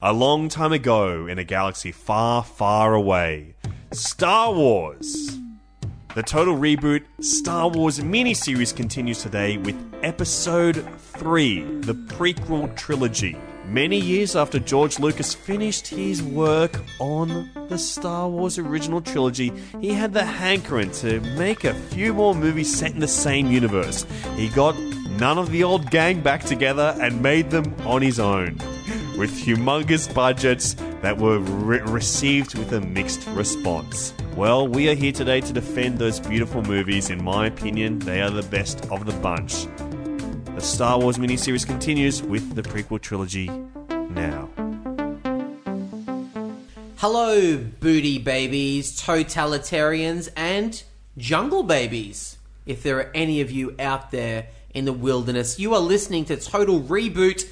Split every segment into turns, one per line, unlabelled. A long time ago, in a galaxy far, far away, Star Wars. The total reboot Star Wars miniseries continues today with Episode 3, the prequel trilogy. Many years after George Lucas finished his work on the Star Wars original trilogy, he had the hankering to make a few more movies set in the same universe. He got none of the old gang back together and made them on his own with humongous budgets that were re- received with a mixed response. Well, we are here today to defend those beautiful movies. In my opinion, they are the best of the bunch. The Star Wars miniseries continues with the prequel trilogy now.
Hello, booty babies, totalitarians, and jungle babies. If there are any of you out there in the wilderness, you are listening to Total Reboot.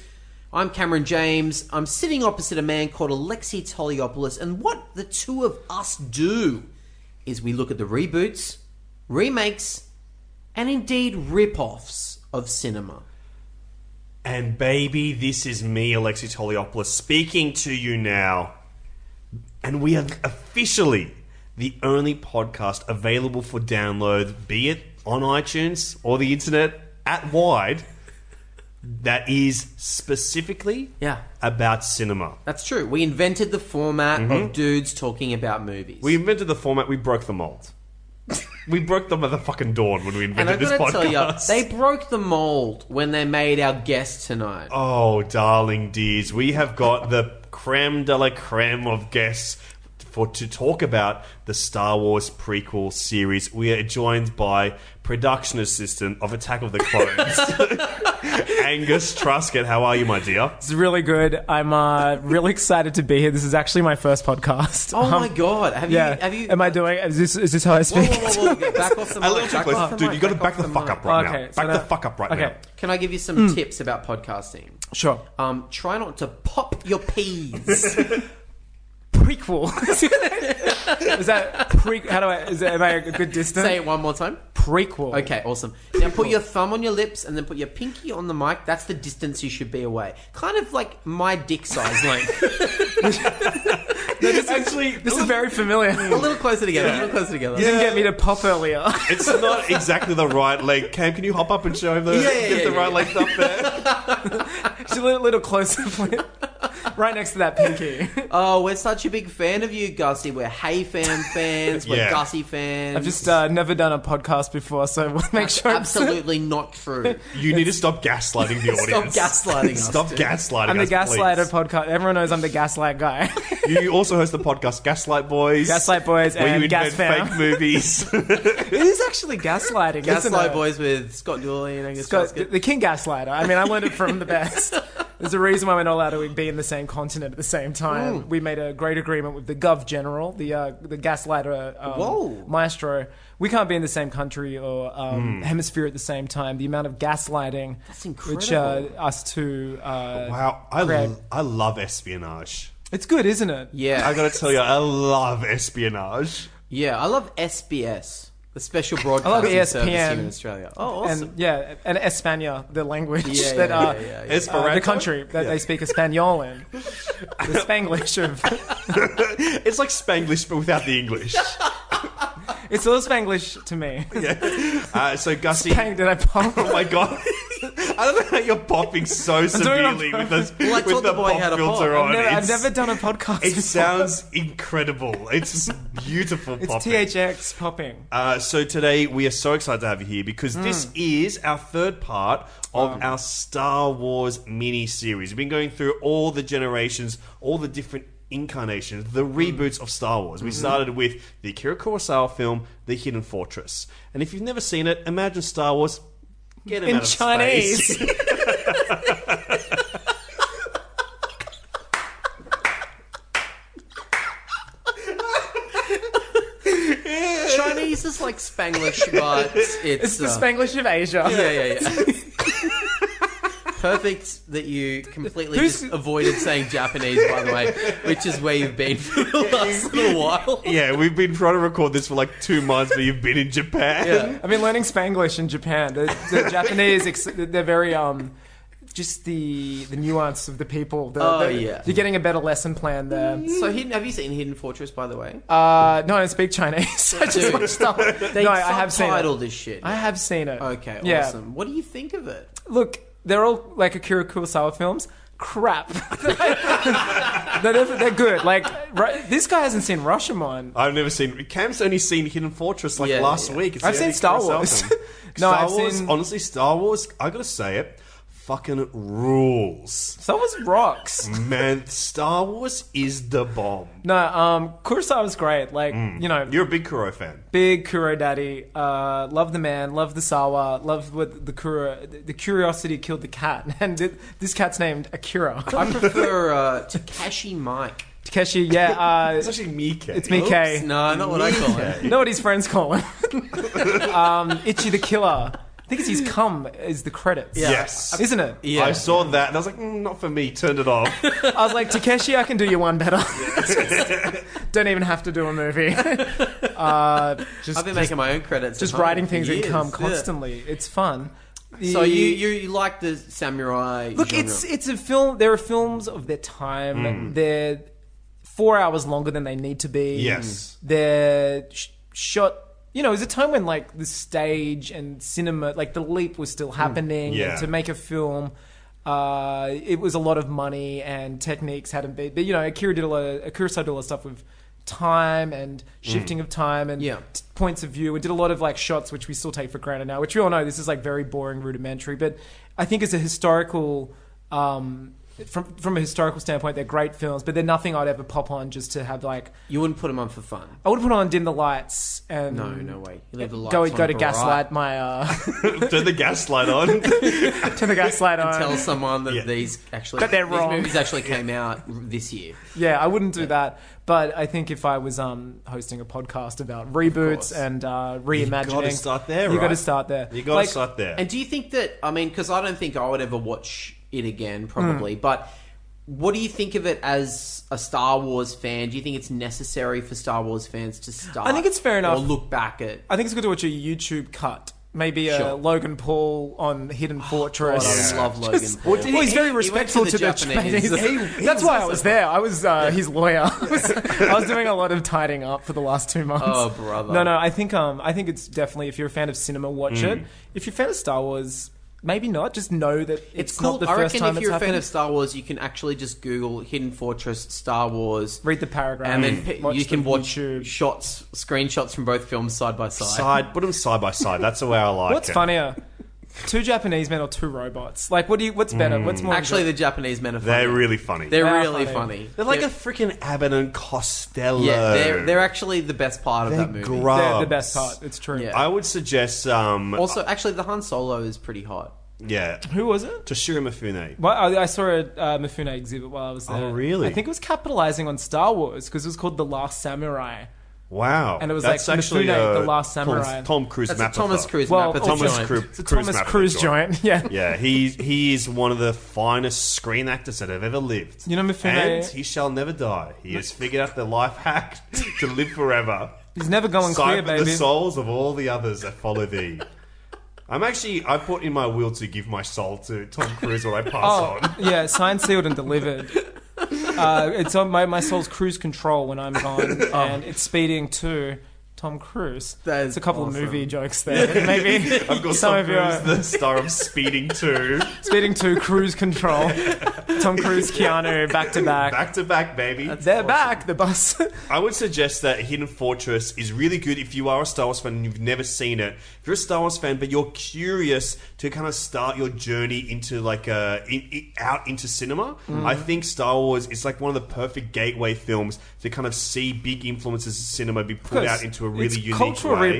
I'm Cameron James. I'm sitting opposite a man called Alexi Toliopoulos, and what the two of us do is we look at the reboots, remakes, and indeed rip-offs of cinema.
And baby, this is me, Alexi Toliopoulos, speaking to you now. And we are officially the only podcast available for download, be it on iTunes or the internet at wide, that is specifically
Yeah.
about cinema.
That's true. We invented the format of dudes talking about movies.
We invented the format, we broke the mold. we broke the motherfucking dawn when we
And
invented
I've
this
got to
podcast.
tell you, they broke the mold when they made our guest tonight.
Oh, darling dears, we have got the creme de la creme of guests for to talk about the Star Wars prequel series. We are joined by production assistant of Attack of the Clones, Angus Truscott. How are you, my dear?
It's really good. I'm uh, really excited to be here. This is actually my first podcast.
Oh my
Um,
god! Have
Yeah.
you? Have you?
Am I doing? Is this is this how I
Whoa,
speak?
whoa, whoa, whoa. Back off the
A
mic.
little too
back
close.
off the
Dude,
mic,
you got to
back
back
off
the, fuck
mic.
up right
Okay,
now.
so
Back
now-
the fuck up right
okay.
now.
Can I give you
Hmm.
some tips about podcasting?
Sure.
Um, try not to pop your peas.
Prequel. is that pre? How do I? Is that, am I a good distance?
Say it one more time.
prequel.
Okay, awesome. Now put your thumb on your lips and then put your pinky on the mic. That's the distance you should be away. Kind of like my dick size length.
This actually, this is very familiar.
a little closer together. A little closer together.
You didn't get me to pop earlier.
It's not exactly the right leg. Cam, can you hop up and show him the,
Yeah, yeah,
get
yeah,
the
yeah.
right legs up there?
Just a little, little closer, please. right next to that pinky.
Oh, we're such a big fan of you, Gussie. We're Hey Fam fans. We're
Yeah.
Gussie fans.
I've just uh, never done a podcast before, so we'll make sure. it's-
absolutely not true.
You need to stop gaslighting the
Stop
audience.
gaslighting us.
Stop
dude.
gaslighting
I'm the
us, please.
Gaslighter podcast. Everyone knows I'm the Gaslight guy.
You also host the podcast Gaslight Boys.
Gaslight Boys
where
and
you invent
Gas Fam.
fake movies.
It is actually gaslighting. isn't
Gaslight
it?
Boys with Scott Dooley and Angus
uh, Scott,
Truscott.
the king gaslighter. I mean, I learned it from the best. There's a reason why we're not allowed to be in the same continent at the same time.
Mm.
We made a great agreement with the Gov General, the uh, the gaslighter um,
Whoa. Mm.
maestro. We can't be in the same country or um, hemisphere at the same time. The amount of gaslighting, which uh,
incredible. Oh,
us two, uh,
wow, I,
Great.
l- I love espionage.
it's good, isn't it?
Yeah,
I gotta tell you, I love espionage.
Uh,
yeah. I love SBS, the Special Broadcasting
E
Service here
ESPN.
in Australia. Oh, awesome.
And yeah, and Espana, the language
Yeah,
that
yeah,
uh,
yeah, yeah, yeah.
uh,
Esperanto?
the country that they speak Espanol in, the Spanglish of
It's like Spanglish, but without the English.
It's a little Spanglish to me.
Uh, so, Gussie.
Bang, did I pop?
oh my god. I don't know how you're popping so
doing it on
severely with, this,
I
with
taught
the
the boy
pop
how to pop.
filter on.
I've never, I've
It's-
never done a podcast.
It
before.
sounds incredible. It's beautiful
it's
popping.
THX popping.
Uh, so today we are so excited to have you here because
Hmm.
this is our third part of our Star Wars mini series. We've been going through all the generations, all the different incarnations, the
Hmm.
reboots of Star Wars. We started with the Akira Kurosawa film, The Hidden Fortress. And if you've never seen it, imagine Star Wars. Get him
In
out of
Chinese.
space.
Chinese is like Spanglish, but it's,
It's the
uh,
Spanglish of Asia.
Yeah, yeah, yeah. Perfect that you completely
Who's-
just avoided saying Japanese, by the way, which is where you've been for the last little while.
yeah, we've been trying to record this for like two months, but you've been in Japan.
Yeah.
I mean, learning Spanglish in Japan. The, the Japanese, ex- they're very um, just the the nuance of the people. The,
Oh,
the-
yeah.
you're getting a better lesson plan there.
So, hidden, have you seen Hidden Fortress, by the way?
Uh, no, I don't speak Chinese. I just
Dude.
watched stuff.
They
no, I have seen it.
subtitled this shit.
I have seen it.
okay,
Yeah.
awesome. What do you think of it?
Look, they're all like Akira Kurosawa films. Crap. No, they're, they're good. Like Ru- this guy hasn't seen Rashomon.
I've never seen. Cam's only seen Hidden Fortress like
Yeah,
last
yeah.
week. It's
I've
the
seen
only
Star
Kurosawa
Wars.
film.
No,
Star
I've
Wars.
seen-
Honestly, Star Wars. I gotta say it. Fucking rules,
So was
Mm.
rocks.
man. Star Wars is the bomb.
No, um, Kurosawa's great. Like you know,
You're a big Kuro fan.
big Kuro daddy. Uh, love the man. Love the Sawa. Love what the Kuro. The curiosity killed the cat, and it, this cat's named Akira.
I prefer uh, Takashi Mike.
Takeshi. Yeah, uh,
It's actually Mike.
it's Mikkei.
No, not what I call it.
You know what his friends call him? um, Itchy the Killer. I think it's his cum is the credits.
Yeah.
Yes.
Isn't it?
Yeah.
I saw that and I was like, mm, not for me. Turned it off.
I was like, Takeshi, I can do you one better. Don't even have to do a movie. Uh, just
I've been
just,
making my own credits.
just
at home
writing
for
things that
years,
come
yeah.
constantly. It's fun.
So
The-
you, you you like the samurai?
Look,
genre.
it's it's a film. There are films of their time.
Mm.
They're four hours longer than they need to be.
Yes.
they're sh- shot. You know, it was a time when like the stage and cinema, like the leap was still happening.
Mm. Yeah.
And to make a film, uh, it was a lot of money and techniques hadn't been. But you know, Akira did a lot of, Akira Kurosawa did a lot of stuff with time and shifting of time and
Mm. Yeah.
t- points of view. We did a lot of like shots which we still take for granted now, which we all know this is like very boring, rudimentary. But I think as a historical, um, from from a historical standpoint, they're great films, but they're nothing I'd ever pop on just to have like.
you wouldn't put them on for fun.
I would put on dim the lights and
No, no way. You leave the lights
Mm. go
on
go to
bright.
gaslight my uh,
Turn the gaslight on.
turn the gaslight on.
Tell someone that
Yeah.
these actually
That they're
these
wrong.
movies actually came out this year.
Yeah, I wouldn't do that. But I think if I was um, hosting a podcast about reboots
course.
and uh, reimagining,
gotta start there,
You got to
right?
start there.
You gotta
Like,
start there.
And do you think that? I mean, because I don't think I would ever watch it again, probably.
Hmm.
But what do you think of it as a Star Wars fan? Do you think it's necessary for Star Wars fans to start?
I think it's fair enough.
Or look back at.
I think it's good to watch a YouTube cut. Maybe a
Sure.
Logan Paul on Hidden
Oh,
Fortress.
God, I
Yeah.
love Logan Paul.
Well, he's very respectful to, the, Chinese. That's why I was there. I was uh, his lawyer. I was, I was doing a lot of tidying up for the last two months.
Oh, brother.
No, no. I think um, I think it's definitely if you're a fan of cinema, watch
Mm.
it. If you're a fan of Star Wars, maybe not. Just know that it's,
It's cool.
not the
I
first
reckon
time
if
it's
you're a fan
happened.
of Star Wars, you can actually just Google Hidden Fortress Star Wars,
Read the paragraph,
and then pi-
watch
you
the
can watch
YouTube.
shots, screenshots from both films side by side.
side, put them side by side. That's the way I like
What's
it.
funnier, two Japanese men or two robots? Like, what do you? What's better? What's more?
Mm. Actually, the Japanese men are funny.
They're really funny.
they're
They are
really
funny.
funny.
They're like
They're-
a freaking Abbott and Costello.
yeah. They're they're actually the best part of
They're
that movie.
grubs.
they're the best part. It's true.
Yeah.
I would suggest, um,
Also, actually, the Han Solo is pretty hot.
yeah,
Who was it?
Toshiro Mifune.
Well, I, I saw a uh, Mifune exhibit while I was there.
Oh, really?
I think it was capitalizing on Star Wars because it was called The Last Samurai.
Wow,
And it was
That's
like
actually,
Mifune,
uh,
The Last
Tom-
Samurai.
Tom, Cruise.
That's a
Mapotha.
Thomas Cruise
Well,
map.
Thomas
joint.
Cru-
It's a
Cruise
Thomas
Mapotha
Cruise joint. Yeah.
Yeah, he he is one of the finest screen actors that have ever lived.
You know, Mifune-
and he shall never die. He has figured out the life hack to live forever.
He's never going clear,
Siphon
baby.
the souls of all the others that follow thee. I'm actually, I put in my will to give my soul to Tom Cruise when I pass on.
Oh, yeah, signed, sealed, and delivered. Uh, it's on my, my soul's cruise control when I'm gone,
Oh.
and it's speeding to Tom Cruise.
That is
it's a couple
awesome.
of movie jokes there. Maybe
I've got
some
Tom
of you
Cruise,
are
the star of Speeding 2.
speeding to cruise control. Tom Cruise, Keanu, back to back.
Back to back, baby.
They're back. The bus.
I would suggest that Hidden Fortress is really good if you are a Star Wars fan and you've never seen it. If you're a Star Wars fan but you're curious to kind of start your journey into like uh in, in- out into cinema, I think Star Wars is like one of the perfect gateway films to kind of see big influences of cinema be put out into a really
it's
unique
cultural
way.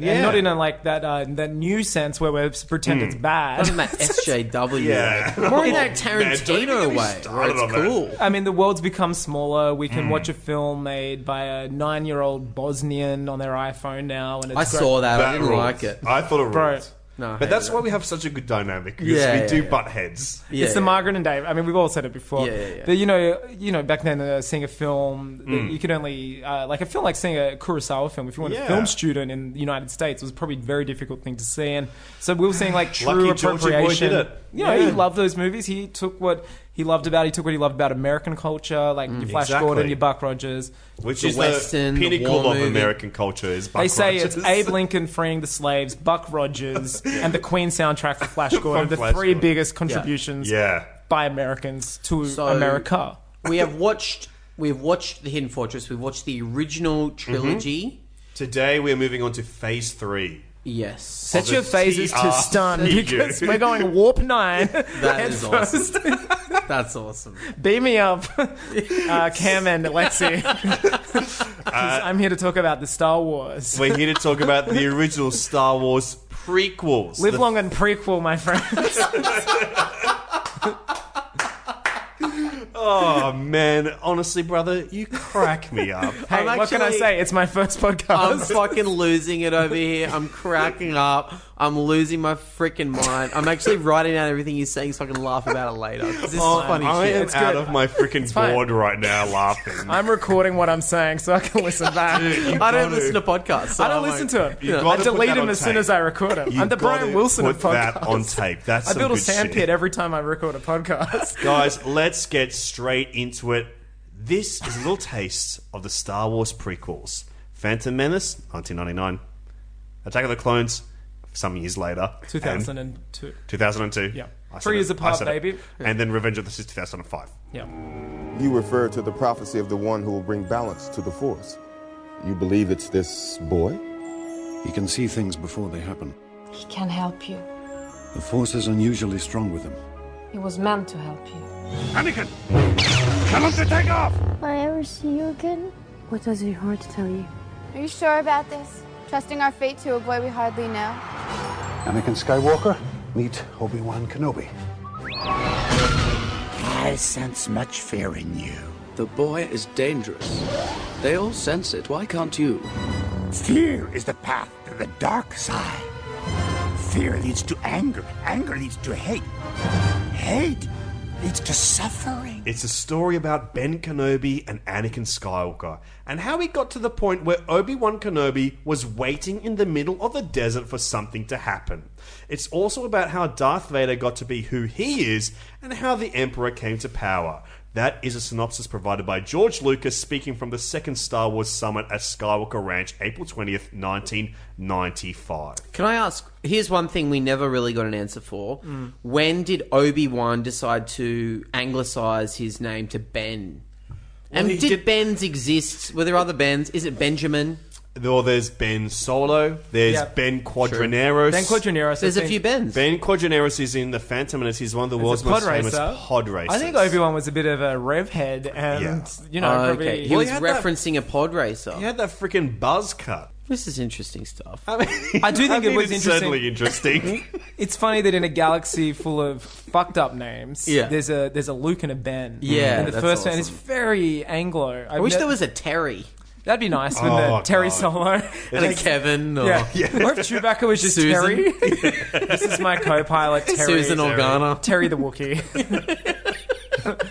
Yeah. Hmm.
and not in a like that uh, that new sense where we pretend it's bad.
Not in that SJW.
Yeah. Oh,
way. More in that
Man, don't even get
Tarantino
me
way. Where
started on
it's
that.
cool.
I mean, the world's become smaller. We
Hmm.
can watch a film made by a nine-year-old Bosnian on their iPhone now, and it's
I
great.
saw that. I
That
didn't
rules.
like it.
I thought it
Bro,
rules.
No, I
but
hate
that's
it.
why we have such a good dynamic because
Yeah,
we
yeah,
do
yeah.
butt heads.
Yeah,
it's the
yeah.
Margaret and Dave. I mean, we've all said it before.
Yeah, yeah, yeah.
But you know, you know, back then, uh, seeing a film, that you could only uh, like a film like seeing a Kurosawa film. If you were
Mm. Yeah.
a film student in the United States, was probably a very difficult thing to see. And so we were seeing like true
Lucky Georgie boy did
appropriation.
it.
You know,
Yeah.
he loved those movies. He took what he loved about. He took what he loved about American culture, like your Flash
Mm, Exactly.
Gordon, your Buck Rogers.
Which
The
is
Western,
the
the
pinnacle
war
of
movie.
American culture is Buck
They say
Rogers.
it's Abe Lincoln freeing the slaves, Buck Rogers, and the Queen soundtrack for Flash Gordon. the
Flash
three
Gordon.
biggest contributions
Yeah.
by Americans to
So-
America.
we have watched we've watched the Hidden Fortress. We've watched the
Mm-hmm.
original trilogy.
Today we're moving on to phase three.
Yes.
Set
the
your phases
TR.
to stun
Thank
because
ah, you.
we're going warp nine.
that is awesome. That's awesome.
Beam me up, uh, Cam and Alexi. 'Cause I'm here to talk about the Star Wars.
We're here to talk about the original Star Wars prequels.
Live
The-
long and prequel, my friends.
Oh man, honestly, brother, you crack me up.
Hey,
I'm
what can I
actually-
say? It's my first
I'm
podcast.
fucking losing it over here. I'm cracking up. I'm losing my freaking mind. I'm actually writing down everything you're saying so I can laugh about it later. 'Cause This is funny
Oh, I
shit.
am
It's
out
good.
of my freaking
fine.
board right now, laughing.
I'm recording what I'm saying so I can listen back.
I don't
gotta-
listen to podcasts. so
I don't
I'm
listen
like-
to
You
them. I
gotta put
delete
that
them
on
as
tape.
soon as I record them.
You
I'm the Brian
gotta
Wilson
put
of
that on
podcasts.
tape. That's
I
some
build a
good shit.
sandpit every time I record a podcast.
Guys, let's get straight into it. This is a little taste of the Star Wars prequels Phantom Menace, 1999, Attack of the Clones, some years later, and
2002.
2002.
Yeah.
I said
Three
it.
years
I
apart,
said it.
baby.
And then Revenge of the Sith, 2005.
Yeah.
You refer to the prophecy of the one who will bring balance to the Force. You believe it's this boy?
He can see things before they happen.
He can help you.
The force is unusually strong with him.
He was meant to help you.
Anakin! Tell him to take off!
Will I ever see you again? What does your heart tell you?
Are you sure about this? Trusting our fate to a boy we hardly know?
Anakin Skywalker, meet Obi-Wan Kenobi.
I sense much fear in you. The boy is dangerous. They all sense it. Why can't you?
Fear is the path to the dark side. Fear leads to anger. Anger leads to hate. Hate leads to suffering.
It's a story about Ben Kenobi and Anakin Skywalker, and how he got to the point where Obi Wan Kenobi was waiting in the middle of the desert for something to happen. It's also about how Darth Vader got to be who he is and how the Emperor came to power. That is a synopsis provided by George Lucas speaking from the second Star Wars summit at Skywalker Ranch, April 20th, 1995.
Can I ask? Here's one thing we never really got an answer for. When did Obi Wan decide to anglicize his name to Ben? and
he
did,
did-
Ben's exist? Were there other Bens? Is it Benjamin?
Well, there's Ben Solo, there's
Yeah.
Ben Quadraneros.
Ben Quadranero.
There's a few Bens.
Ben Quadraneros is in the Phantom Menace. He's one of the world's most famous pod racers.
I think Obi-Wan was a bit of a rev head and,
Yeah.
you know,
Oh,
probably...
okay, he
Well,
was
he had that-
referencing a pod racer.
he had that freaking buzz cut.
This is interesting stuff.
I, mean,
I do think
I
it was
it's Certainly interesting.
It's funny that in a galaxy full of fucked up names,
Yeah.
there's a there's a Luke and a Ben.
Yeah,
Mm.
and the
that's
first one is
awesome.
very Anglo.
I wish there was a Terry
That'd be nice when
Oh,
the Terry
God.
Solo.
and a Kevin or
yeah. Or if Chewbacca was just
Susan.
Terry. this is my co-pilot Terry.
Susan Organa.
Terry the Wookiee. a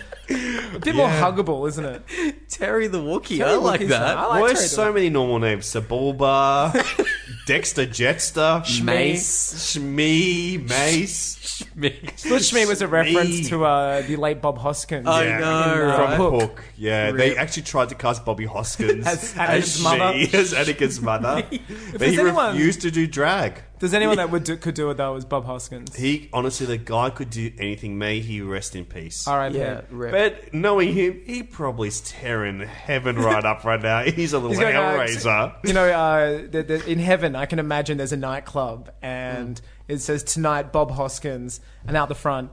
bit more huggable, isn't it?
Terry the Wookiee.
Terry
I like
Wookiee's
that.
nice. I like
well,
Terry
there's so many normal names: Sabulba, Dexter, Jetster,
Mace.
Shmee, Mace.
Mace.
Bush Me was a reference
Shmee.
to uh, the late Bob Hoskins.
I
Yeah.
know,
In, uh,
From
right?
Hook.
Hook.
Yeah, they actually tried to cast Bobby Hoskins
As Anakin's
Shmee,
mother.
as Anakin's mother. but
there's
he
anyone-
refused to do drag.
There's anyone that would do, could do it though was Bob Hoskins.
He honestly, the guy could do anything. May he rest in peace.
R.I.P.
Yeah, rip.
But knowing him, he probably's tearing heaven right up right now. He's a little
going, uh,
hellraiser.
You know, uh, the, the, in heaven, I can imagine there's a nightclub, and
Mm.
it says tonight Bob Hoskins, and out the front.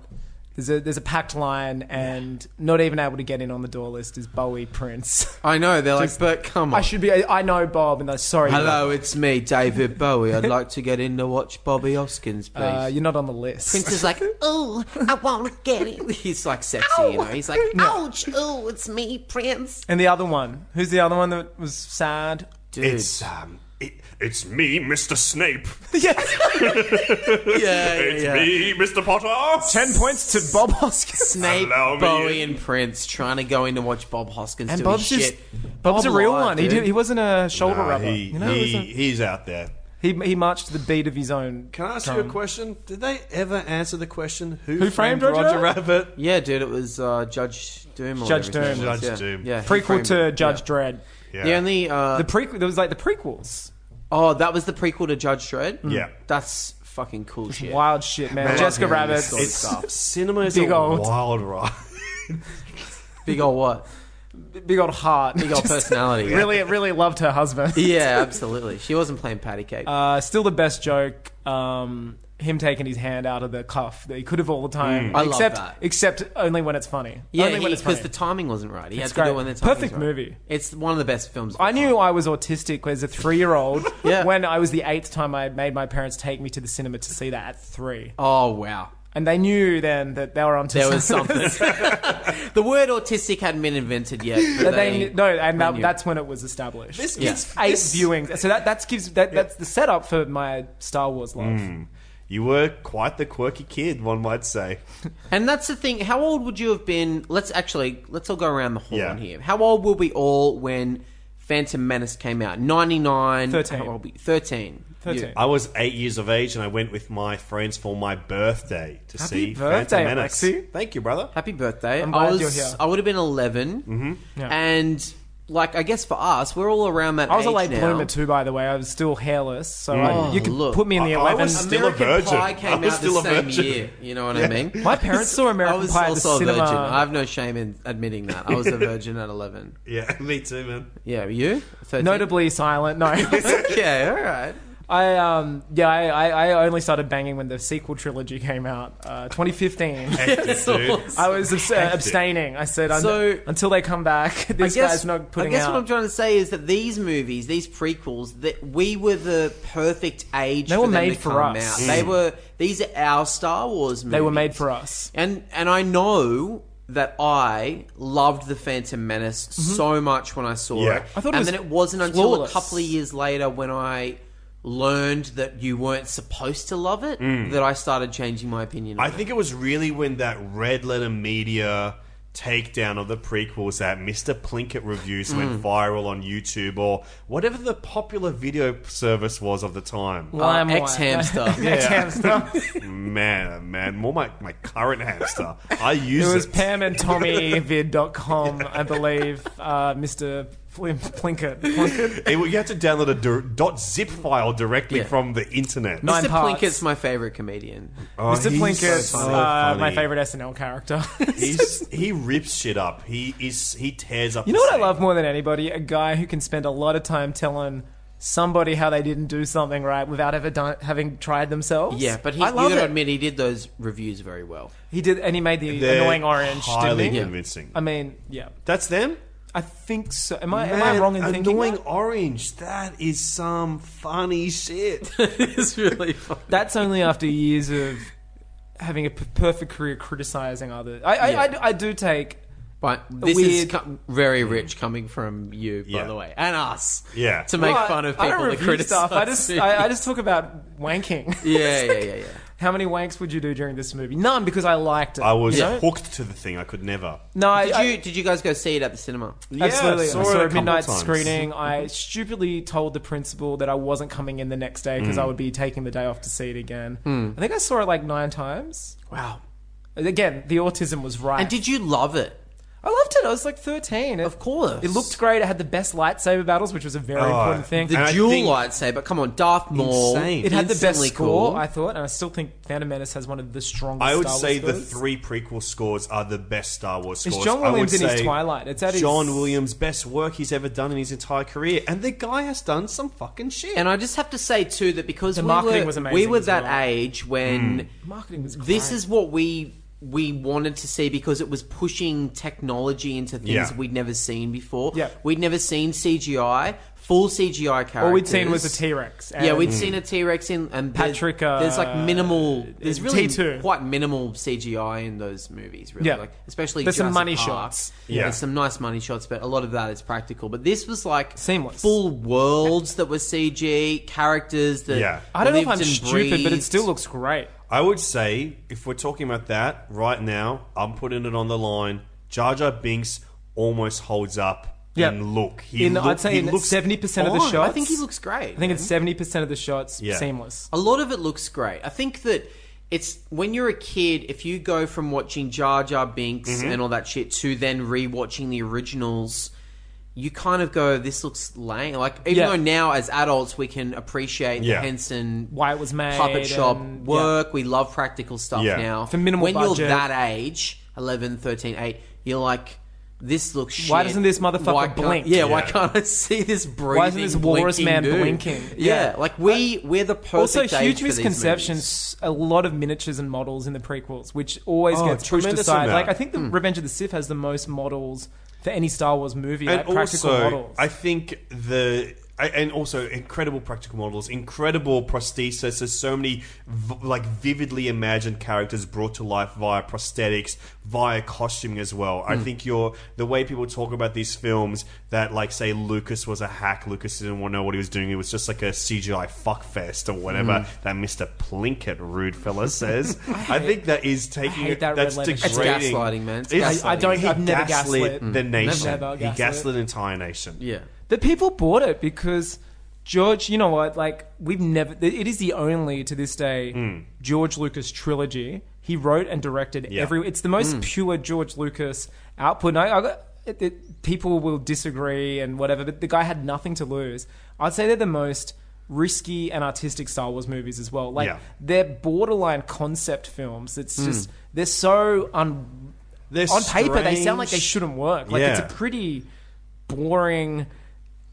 There's a, there's a packed line, and not even able to get in on the door list is Bowie Prince.
I know. They're like, but come on.
I should be. I, I know Bob, and I'm sorry.
Hello, it's me, David Bowie. I'd like to get in to watch Bobby Hoskins, please.
Uh, you're not on the list.
Prince is like, ooh, I want to get it. He's like sexy, you know. He's like, ouch, ooh, it's me, Prince.
and the other one. Who's the other one that was sad?
Dude,
It's um, It's me, Mr. Snape.
yeah,
it's me, Mr. Potter.
Ten points to Bob Hoskins.
Snape,
Allow me
Bowie, and Prince trying to go in to watch Bob Hoskins
And
do
Bob's
his
just
shit.
Bob's a
Bob
real
lied,
one. He
dude.
did, he wasn't a shoulder
Nah,
rubber.
Ah, he,
you know,
he,
he,
he's out there.
he he marched to the beat of his own.
Can I ask you
drum.
a question? Did they ever answer the question who,
Who framed Roger?
Rabbit?
Yeah, dude, it was uh, Judge Doom. Or
Judge
whatever his
Doom.
name was,
Judge
yeah.
Doom.
Yeah, he
Prequel
framed
to
it,
Judge
yeah.
Dredd.
Yeah.
The only uh,
The prequel. There was like the prequels.
oh, that was the prequel to Judge Dredd.
Mm. Yeah.
that's fucking cool shit.
Wild shit, man.
Man,
Jessica
yeah,
Rabbit.
it's-
it's
stuff.
cinema is
Big
a
old-
wild ride.
Big old what?
big old heart.
Big old personality.
really, really loved her husband.
Yeah, absolutely. She wasn't playing patty cake.
Uh, still the best joke. Um, him taking his hand out of the cuff that he could have all the time.
Mm. I love
except,
that.
Except only when it's funny.
yeah,
only when it's funny.
because the timing wasn't right. He had
It's
to do
great.
it when the timing
Perfect
was right.
movie.
It's one of the best films. of
I
all
knew
time.
I was autistic as a three-year-old
Yeah.
when I was the eighth time I made my parents take me to the cinema to see that at three,
Oh wow,
and they knew then that they were onto
there was
something.
something. the word autistic hadn't been invented yet.
That
but
they
they-
knew- no, and that,
knew.
that's when it was established.
This
Yeah.
is-
Eight
this-
viewings. So that that's gives that, that's the setup for my Star Wars life.
Mm.
You were quite the quirky kid, one might say.
And that's the thing. How old would you have been? Let's actually let's all go around the horn
Yeah.
here. How old were we all when Phantom Menace came out? Ninety nine.
13.
Thirteen.
Thirteen.
I was eight years of age, and I went with my friends for my birthday to
Happy
see
birthday,
Phantom Menace.
Alexi.
Thank you, brother.
Happy birthday!
I'm
I
glad
was.
you're here.
I would have been 11
Yeah.
and like I guess for us, we're all around that.
I was a
age
late
now.
bloomer too, by the way. I was still hairless, so I,
Oh,
you could
look.
put me in the
I- I
eleven.
was- Still a
American
virgin.
Pie came
I was
out
still
the
a
same
virgin.
year. You know what I mean?
My parents saw American
I was
Pie at the
also a virgin.
cinema.
I have no shame in admitting that. I was a virgin at eleven.
Yeah, me too, man.
Yeah, you? 13?
Notably silent. No,
Okay, all right.
I um yeah I, I, I only started banging when the sequel trilogy came out, uh, 2015.
Hectic, dude.
I was abs- uh, abstaining. I said "Un-
So-
until they come back,
I
this
guess,
guy's not putting
I guess
out.
what I'm trying to say is that these movies, these prequels, that we were the perfect age.
They
for
were
them
made
to
for
come
us.
Out.
Mm.
They were. These are our Star Wars. movies.
they were made for us.
And and I know that I loved the Phantom Menace so much when I saw
Yeah.
it.
Mm-hmm. I thought it
and
was
then it wasn't until a
flawless.
couple of years later when I learned that you weren't supposed to love it
Mm.
that I started changing my opinion. On
I think it was really when that red letter media takedown of the prequels that Mr. Plinkett reviews
Mm.
went viral on YouTube or whatever the popular video service was of the time.
uh,
Lime
ex hamster.
hamster.
Man, oh man, more my, my current hamster. I
It
use
was Pam and Tommy vid.com, I believe. Uh, Mr. Flim- Plinkett. Plinkett.
It- you had to download a dir- dot zip file directly
Yeah.
from the internet.
No, Nine
Mr.
parts.
Plinkett's my favorite comedian.
Oh,
Mr.
he's
Plinkett's
so
uh,
funny.
my favorite SNL character.
He's, he rips shit up. He is he tears up.
You know what I
the
love more than anybody? A guy who can spend a lot of time telling somebody how they didn't do something right without ever done, having tried themselves.
Yeah, but he,
I
you
love
gotta
it.
admit he did those reviews very well.
he did, and he made the
They're
annoying orange.
Highly
Didn't he?
convincing.
I mean, yeah,
That's them.
I think so. Am I am I
Man,
wrong in thinking
annoying
that?
orange? That is some funny shit.
it's really fun.
that's only after years of having a p- perfect career criticizing others? I I,
Yeah.
I, do- I do take.
But this
Weird-
is co- very rich coming from you, by
Yeah.
the way, and us.
Yeah.
to make
Well, I-
fun of
I
people
don't
that
review
criticize.
stuff. I just
you.
I, I just talk about wanking.
yeah, yeah, yeah, yeah.
How many wanks would you do during this movie? None, because I liked it.
I was
Yeah.
hooked to the thing. I could never.
no, I,
Did
I-
you did you guys go see it at the cinema?
Absolutely.
Yeah,
I saw
it a
a
couple
midnight
times.
screening. I stupidly told the principal that I wasn't coming in the next day because I
Hmm.
would be taking the day off to see it again. I think I saw it like nine times.
Wow.
Again, the autism was right.
And did you love it?
I loved it. I was like 13. It,
Of course.
It looked great. It had the best lightsaber battles, which was a very
Oh,
important thing.
The
And I
dual
think-
lightsaber. Come on, Darth Maul.
Insane.
it had the best
Instantly
score,
cool.
I thought, and I still think Phantom Menace has one of the strongest.
I would
Star Wars
say the
scores.
three prequel scores are the best Star Wars
It's
scores.
John
I would
Williams in his
say
twilight. It's at his-
John Williams' best work he's ever done in his entire career, and the guy has done some fucking shit.
And I just have to say too that because
The
we
marketing
were
was amazing
we were
as
that
well.
Hmm.
age when
Marketing was
this
great.
is what we we wanted to see because it was pushing technology into things
Yeah.
we'd never seen before.
Yeah.
We'd never seen CGI, full CGI characters.
All we'd seen was a T-Rex
Yeah, we'd
and-
seen a T-Rex in and there-
Patrick, uh,
there's like minimal there's really
T2.
quite minimal CGI in those movies really.
Yeah.
Like especially
There's some
Jurassic
money
Park.
shots.
Yeah.
Yeah.
There's some nice money shots, but a lot of that is practical. But this was like Seamless. full worlds that were CG, characters that
Yeah.
I don't know if
lived
I'm
and
stupid, but it
breathed.
still looks great.
I would say if we're talking about that right now, I'm putting it on the line. Jar Jar Binks almost holds up
Yeah.
in look. He
In-
look-
I'd say
he
in
looks
70% of the
fine.
shots.
Oh, I think he looks great.
I think it's seventy percent of the shots seamless.
A lot of it looks great. I think that it's when you're a kid, if you go from watching Jar Jar Binks
Mhm.
and all that shit to then rewatching the originals, you kind of go, "This looks lame." Like even
Yeah.
though now as adults we can appreciate
Yeah.
the Henson
Why it was made
puppet shop
and-
work, we love practical stuff
Yeah.
now.
For minimal
when
budget.
you're that age, 11, 13, 8, you're like. This looks shit.
Why doesn't this motherfucker
Why can't-
blink?
Yeah, why
Yeah.
can't I see this breathing?
Why isn't this walrus
blinking
man
dude?
blinking?
Yeah,
Yeah.
like we we're the perfect
Also,
age
huge
for these
misconceptions. A lot of miniatures and models in the prequels, which always
Oh,
gets pushed
tremendous
aside.
amount.
Like I think the Revenge of the Sith has the most models for any Star Wars movie, like practical models.
I think the I- and also incredible practical models, incredible prosthesis. There's so many v- like vividly imagined characters brought to life via prosthetics, via costuming as well. I
Mm.
think you're the way people talk about these films that like say Lucas was a hack, Lucas didn't want to know what he was doing. It was just like a CGI fuckfest or whatever
Mm.
that Mister Plinkett rude fella says.
I
I, think that is taking
hate
it-
that red
that's
letter shit. It's
degrading.
gaslighting, man. It's
It's-
gaslighting. I- I don't-
He
I've never
gaslit
gaslit.
the
Mm.
nation.
Never
he
gaslit.
gaslit an entire nation.
Yeah.
But people bought it because George, you know what? Like we've never. It is the only to this day
Mm.
George Lucas trilogy. He wrote and directed
Yeah.
every. It's the most
Mm.
pure George Lucas output. And I, I, it, it, people will disagree and whatever, but the guy had nothing to lose. I'd say they're the most risky and artistic Star Wars movies as well. Like
Yeah.
they're borderline concept films. It's
Mm.
just they're so un.
They're
on paper, they sound like they
strange.
shouldn't work. Like it's
Yeah.
a pretty boring.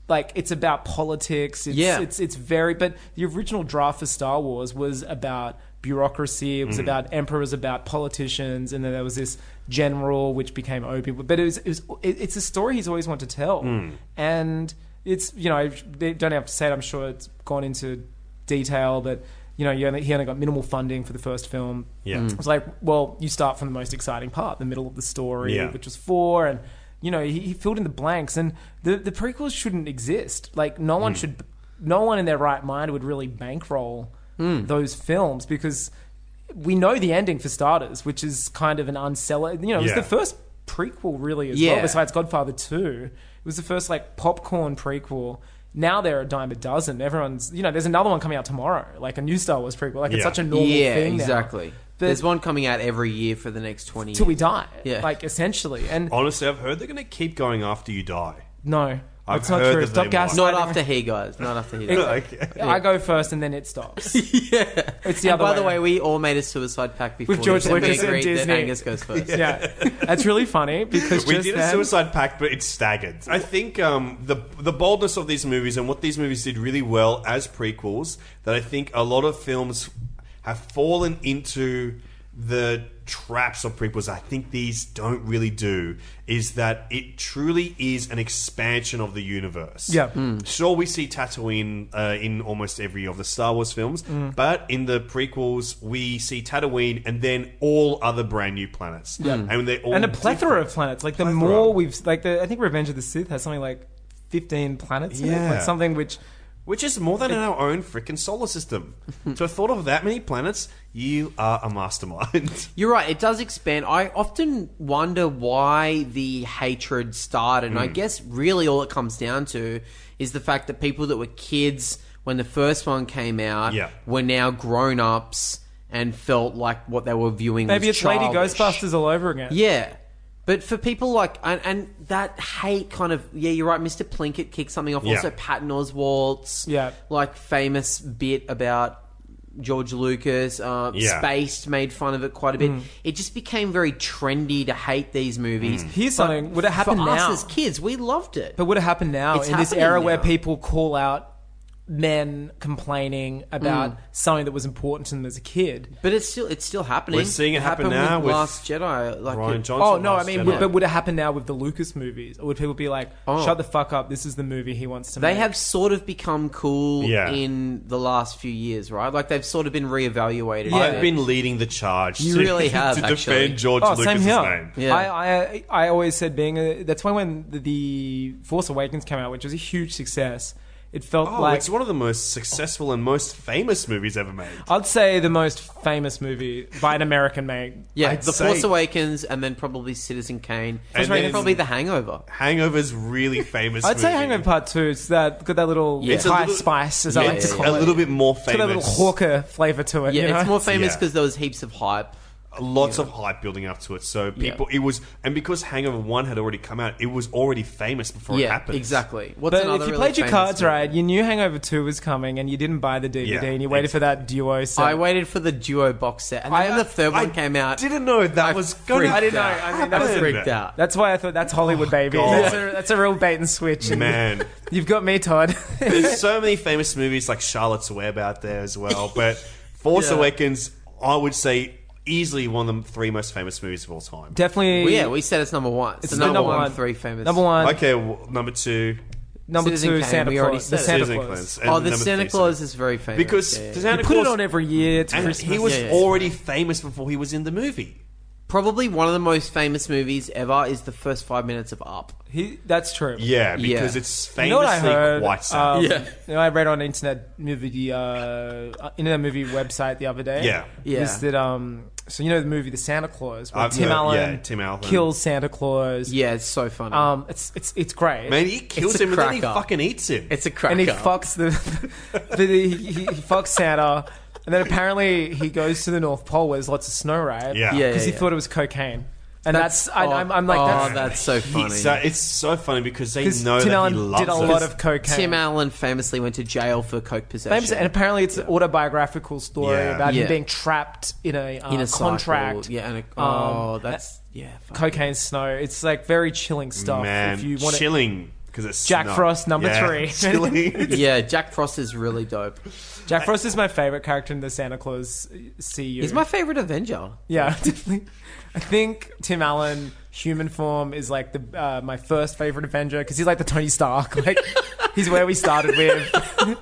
Like it's about politics. It's,
Yeah.
it's it's very. But the original draft for Star Wars was about bureaucracy. It was
Mm.
Mm-hmm.
about emperors, about politicians, and then there was this general which became Obi. But it was, it was it, it's a story he's always wanted to tell,
Mm.
and it's you know they don't have to say it. I'm sure it's gone into detail, but you know you only, he only got minimal funding for the first film.
Yeah.
It's
Mm.
was like, well, you start from the most exciting part, the middle of the story,
Yeah.
which was four, and you know he, he filled in the blanks, and the the prequels shouldn't exist. Like no
Hmm.
one should, no one in their right mind would really bankroll
Hmm.
those films because we know the ending for starters, which is kind of an unseller. You know, it was
Yeah.
the first prequel really as
Yeah.
well, besides Godfather Two. It was the first like popcorn prequel. Now they're a dime a dozen. Everyone's, you know, there's another one coming out tomorrow, like a new Star Wars prequel. Like it's such a normal
yeah,
thing now.
exactly.
But-
There's one coming out every year for the next twenty
till we
years.
die.
Yeah.
Like essentially, and
Honestly, I've heard they're going to keep going after you die.
no,
I've
that's not
heard
true.
that
Stop
they might.
gaslighting.
Not
after he goes. Not after he goes.
Exactly. I go first, and then it stops.
yeah,
it's the
and
other
by
way.
the way, we all made a suicide pact before
with George
this, and we
Lucas and
agreed that
Disney.
Angus goes first.
yeah, that's really funny because
we
just
did a
then-
suicide pact, but it's staggered. I think um, the the boldness of these movies and what these movies did really well as prequels that I think a lot of films have fallen into the traps of prequels. I think these don't really do is that it truly is an expansion of the universe.
Yeah.
Sure, we see Tatooine uh, in almost every of the Star Wars films,
Hmm.
Mm.
but in the prequels we see Tatooine and then all other brand new planets.
Yeah.
And they're all
and a plethora of planets. Like the more we've like the I think Revenge of the Sith has something like fifteen planets. in it,
Yeah.
like something which
Which is more than in our own freaking solar system. to have thought of that many planets, you are a mastermind.
You're right. It does expand. I often wonder why the hatred started. And I
Mm.
guess really all it comes down to is the fact that people that were kids when the first one came out
Yeah.
were now grown ups and felt like what they were viewing
maybe
was
it's Lady
childish.
Ghostbusters all over again.
Yeah. But for people like and, and that hate kind of yeah, you're right. Mr. Plinkett kicked something off.
Yeah.
Also, Patton Oswalt's
Yeah.
like famous bit about George Lucas. Uh,
Yeah.
Spaced made fun of it quite a bit.
Mm.
It just became very trendy to hate these
Mm.
movies.
Here's
But
something. Would it happen
for
now?
Us as kids, we loved it.
But would it happen now
It's
in this
happening
era where
now.
people call out men complaining about
Mm.
something that was important to them as a kid.
But it's still it's still happening.
We're seeing it happen
happened
now with
Last Jedi. Like
Rian
it-
Johnson.
Oh no! I
Last
mean,
Jedi.
would- but would it happen now with the Lucas movies? Or would people be like,
Oh.
"Shut the fuck up! This is the movie he wants to
They
make."
have sort of become cool
Yeah.
in the last few years, right? Like they've sort of been reevaluated.
Yeah.
I've been leading the charge.
You
to,
really have,
to
actually.
defend George
Oh, same
Lucas's
here.
name.
Yeah.
I, I I always said being a, that's why when the, the Force Awakens came out, which was a huge success, it felt
Oh,
like
it's one of the most successful and most famous movies ever made.
I'd say the most famous movie by an American made.
yeah,
I'd
The
say-
Force Awakens, and then probably Citizen Kane, and
And
then
then-
probably The Hangover.
Hangover's really famous.
I'd say
movie.
Hangover Part Two. It's that got that little
Yeah. It's a
high
little-
spice, as I
Yeah,
like
it's
to call
a
it.
little bit more
It's
famous.
got that little hawker flavor to it.
Yeah,
you know?
it's more famous
Yeah.
because there was heaps of hype.
Lots of hype building up to it. So people, it was, and because Hangover One had already come out, it was already famous before it
yeah,
happened.
exactly. What's
But if you
another
played
really
your
famous
cards
movie?
right, you knew Hangover Two was coming, and you didn't buy the DVD,
Yeah,
and you waited for that duo set.
I waited for the duo box set, and then when the third
I
one came out,
Didn't know that
I
was going.
freaked
to
I didn't know.
out.
I mean, that was
happen.
freaked out.
That's why I thought that's Hollywood, baby.
Oh, God.
That's a, that's a real bait and switch.
Man,
You've got me, Todd.
there's so many famous movies like Charlotte's Web out there as well. But Force
Yeah.
Awakens, I would say, easily one of the three most famous movies of all time.
Definitely.
Well, yeah, we said it's number one. It's
it's
so
the
number, one, three famous.
Number one.
Okay, well, number two,
Number
Citizen
two.
Kane,
Santa
we already
Claus. The
said it.
Santa
Citizen
Claus.
Clans, and
Oh, the
number
Santa
three,
Claus is very famous.
Because
yeah, yeah.
Santa
You put it
Claus-
on every year. It's
and
Christmas.
he was
Yeah, yeah.
already famous before he was in the movie.
probably one of the most famous movies ever is the first five minutes of Up.
He, that's true.
Yeah, because
Yeah.
it's
You know what I
famously
heard?
quite sad.
Um,
Yeah.
you know, I read on internet movie uh, internet movie website the other day.
Yeah.
Yeah.
Was that um? So you know the movie The Santa Claus, where
I've
Tim
heard-
Allen,
yeah, Tim Allen.
kills Santa Claus.
Yeah, it's so funny.
Um, it's it's it's great.
Man, he kills
It's a
him and then he
cracker.
fucking eats him.
it's a cracker.
and he fucks the, the, the he, he fucks Santa, and then apparently he goes to the North Pole where there's lots of snow, right?
Yeah.
Yeah, yeah,
because he
yeah.
thought it was cocaine, and that's, I,
oh,
I'm, I'm like
oh,
that's.
that's, so funny.
He- so it's so funny because they
'cause
know
Tim
that
Allen
he loves
did a
it.
lot of cocaine.
Tim Allen famously went to jail for coke possession.
Famous, and apparently it's an autobiographical story
Yeah.
about
Yeah.
him being trapped in a, uh,
in a cycle.
contract.
Yeah, and a,
um,
oh, that's yeah. fuck.
cocaine snow. It's like very chilling stuff.
Man,
if you want it.
chilling because it's
Jack
snot.
Frost, number
Yeah,
three.
chilling.
Yeah, Jack Frost is really dope.
Jack Frost is my favorite character in the Santa Claus uh, CU.
He's my favorite Avenger.
yeah, definitely. I think Tim Allen human form is like the uh, my first favorite Avenger because he's like the Tony Stark. Like he's where we started with.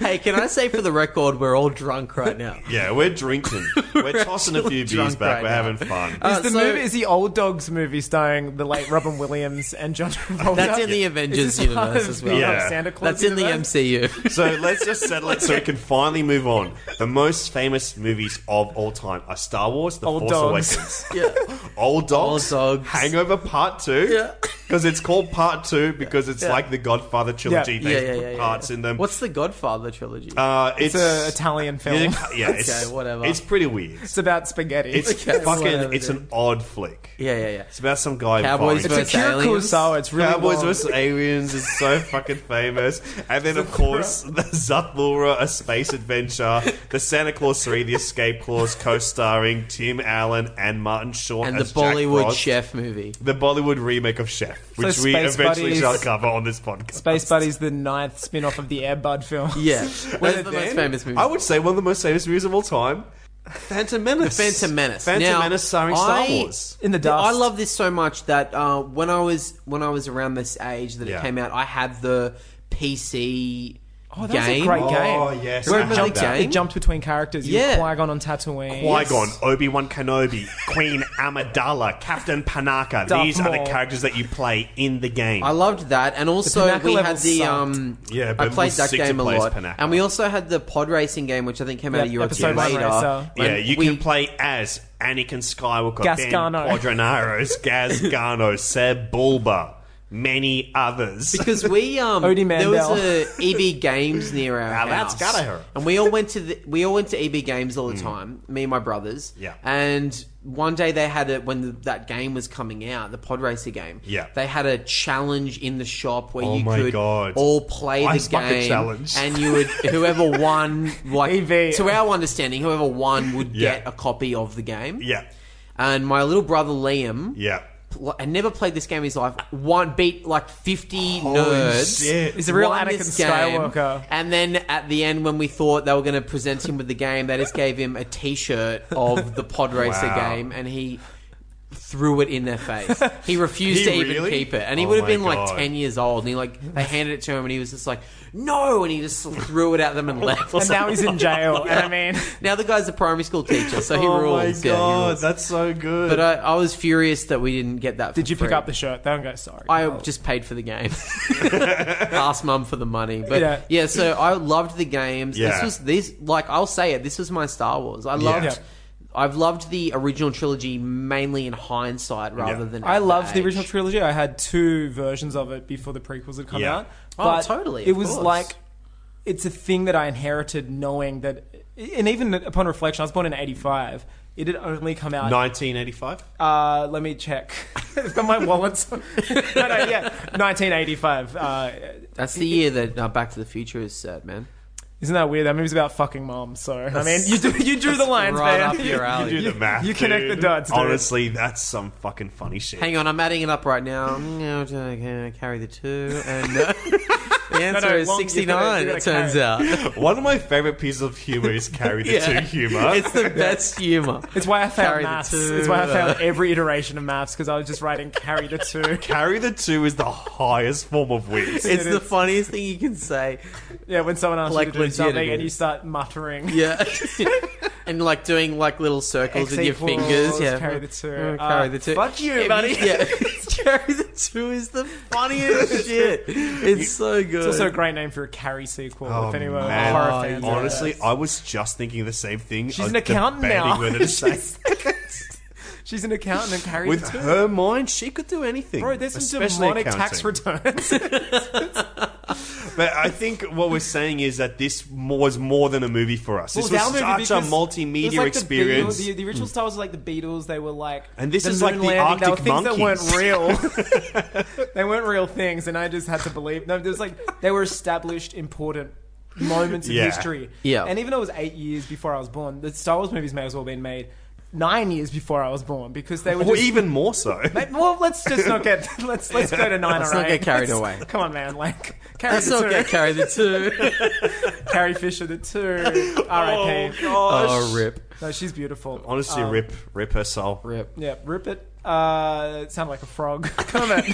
Hey, can I say for the record, we're all drunk right now.
yeah, we're drinking. We're tossing a few beers
drunk
back.
right
we're
now.
having fun.
Uh,
Is the
so-
movie is the Old Dogs movie starring the late Robin Williams and John Travolta?
That's in the
Is
Avengers
this part
universe
of
as well.
the, uh,
Yeah.
Santa Claus
That's in the
universe?
MCU.
so let's just settle it so we can finally move on. The most famous movies of all time are Star Wars, The
Old
Force
Dogs.
Awakens, Old Dogs,
Old Dogs.
Hangover Part Two,
Yeah.
because it's called Part Two because it's like the Godfather trilogy.
Yeah.
They
Yeah, yeah,
put
yeah, yeah.
parts in them.
What's the Godfather trilogy?
uh,
It's an Italian film.
Yeah, yeah, it's,
Okay, whatever.
It's pretty weird.
It's about spaghetti.
It's
Okay,
fucking.
whatever,
it's
dude.
an odd flick.
yeah, yeah, yeah.
It's about some guy. in
Cowboys
foreign-
It's a
versus
Kira
aliens.
Kurosawa. It's really
Cowboys
long.
vs. Aliens is so fucking famous. And then, of course, the Zathura, A Space Adventure, the Santa Claus 3, The Escape Clause, co starring Tim Allen and Martin Short.
And the
as Jack
Bollywood
Frost.
chef movie.
The Bollywood remake of Chef, which we
Space
eventually
Buddies-
shall cover on this podcast.
Space Buddy's the ninth spin-off of the Air Bud film.
Yeah. One of the most famous movies.
I would say one of the most famous movies of all time Phantom Menace.
Phantom Menace.
Phantom
Now,
Menace starring Star
I-
Wars.
In the dust.
I love this so much that uh, when I was when I was around this age that it
Yeah.
came out, I had the PC
Oh, that was
game.
a great game.
Oh, yes.
Where
I
it
had
jumped-
that.
game?
It jumped between characters. You
Yeah.
yeah. Qui Gon on Tatooine.
Qui Gon, Obi Wan Kenobi, Queen Amidala, Captain Panaka.
Darth
These are
Maul.
the characters that you play in the game.
I loved that, and also
Pinnacle
we
level
had the
sucked.
um.
Yeah,
I
but
played
it was
that
sick to
game a
play as
lot,
Pinnacle.
and we also had the pod racing game, which I think came out
Yeah,
a year or two
episode
one
later.
racer.
yeah,
And
you
we-
can play as Anakin Skywalker,
Gasgano.
Ben Quadranaros, Gasgano, Seb Bulba, many others.
Because we um
Odie
there was
Mandel.
a EB Games near our
Now that's
house,
gotta hurt. Mm.
and we all went to the, we all went to EB Games all the time. Me and my brothers.
Yeah.
And one day they had it when the, that game was coming out, the Pod Racer game.
Yeah.
They had a challenge in the shop where
Oh
you
my
could
God.
all play the
Ice bucket
game
challenge.
and you would whoever won like
EB.
to our understanding whoever won would
Yeah.
get a copy of the game.
yeah,
And my little brother Liam
yeah.
pl- and never played this game in his life. One beat like fifty
Holy
nerds.
shit. He's a real
won
Anakin
this game,
Skywalker.
And then at the end, when we thought they were going to present him with the game, they just gave him a T-shirt of the Pod Racer
Wow.
game, and he threw it in their face. He refused
He
to even
really?
keep it, and he
Oh
would have
my
been
God.
like ten years old. And he like they handed it to him, and he was just like, "No!" And he just threw it at them and left. or
And now
something
he's in
like
jail,
that.
and I mean-
now the guy's a primary school teacher, so he
Oh my
rules. Yeah, he
God,
rules.
that's so good.
But I, I was furious that we didn't get that.
Did you pick up the shirt? Don't go. Sorry.
I just paid for the game. Asked mum for the money, but
Yeah.
yeah. So I loved the games.
Yeah.
This was this like I'll say it. This was my Star Wars. I
Yeah.
loved.
Yeah.
I've loved the original trilogy mainly in hindsight rather than.
I
at
loved the
age.
original trilogy. I had two versions of it before the prequels had come
Yeah.
out.
Oh, totally, of
It was
course.
like it's a thing that I inherited, knowing that, and even upon reflection, I was born in '85. It had only come out
1985?
Uh, let me check. I've got my wallet. no, no, yeah, 1985. Uh,
That's the year that uh, Back to the Future is set, man.
isn't that weird? That movie's about fucking moms. So I mean,
That's-
you do, you drew the
that's
lines,
right
man.
up your alley.
You do the math.
You connect the
dude.
dots. Dude.
Honestly, that's some fucking funny shit.
Hang on, I'm adding it up right now. No, uh, Carry the two, and uh, the answer
No, no,
is
long- you
69.
gotta- you
it
gotta
turns
carry
out.
One of my favorite pieces of humor is carry the
Yeah.
two humor.
It's the best humor.
It's why I found
Carry the
maths.
two.
It's why I found every iteration of maths because I was just writing carry the two.
Carry the two is the highest form of wit.
It's the funniest thing you can say.
Yeah, when someone asks
Like,
you to do
legit,
something
it
and you
is.
start muttering.
Yeah. and like doing like little circles
X
with your
equals,
fingers. Yeah.
carry the two.
Yeah,
Uh,
carry the two.
fuck you,
Yeah,
buddy.
Yeah. carry the two is the funniest shit. It's so good.
It's also a great name for a carry sequel.
Oh,
if anyone
man.
horror fans are-
Honestly, I was just thinking the same thing.
She's
I was
an accountant
debating
now.
Whether to say.
she's an accountant and carries
With
two.
her mind, she could do anything.
Bro, there's some
especially
demonic tax
accounting.
returns.
But I think what we're saying is that this mo- was more than a movie for us. this
Well,
was
that movie
such a
because
multimedia
it was like the
experience.
Beatles- The, the original Star Wars was like the Beatles. They were like,
And this
the
is like
moon
the
landing. They were
Arctic
things
Monkeys.
that weren't real. they weren't real things, and I just had to believe. No, there's like they were established important moments in
Yeah.
history.
Yeah.
and even though it was eight years before I was born, the Star Wars movies may as well have been made nine years before I was born because they were
or
just,
even more so.
Ma- Well, let's just not get let's let's go to nine.
Let's
or
not
eight.
get carried
Let's-
away.
Come on, man. Like carry
Let's
the
not
two.
get carry the two.
Carrie Fisher the two. R.I.P.
Oh,
rip.
No, she's beautiful.
Honestly,
Um,
rip, rip her soul.
Rip.
Yeah, rip it. Uh, it sounded like a frog. Comment.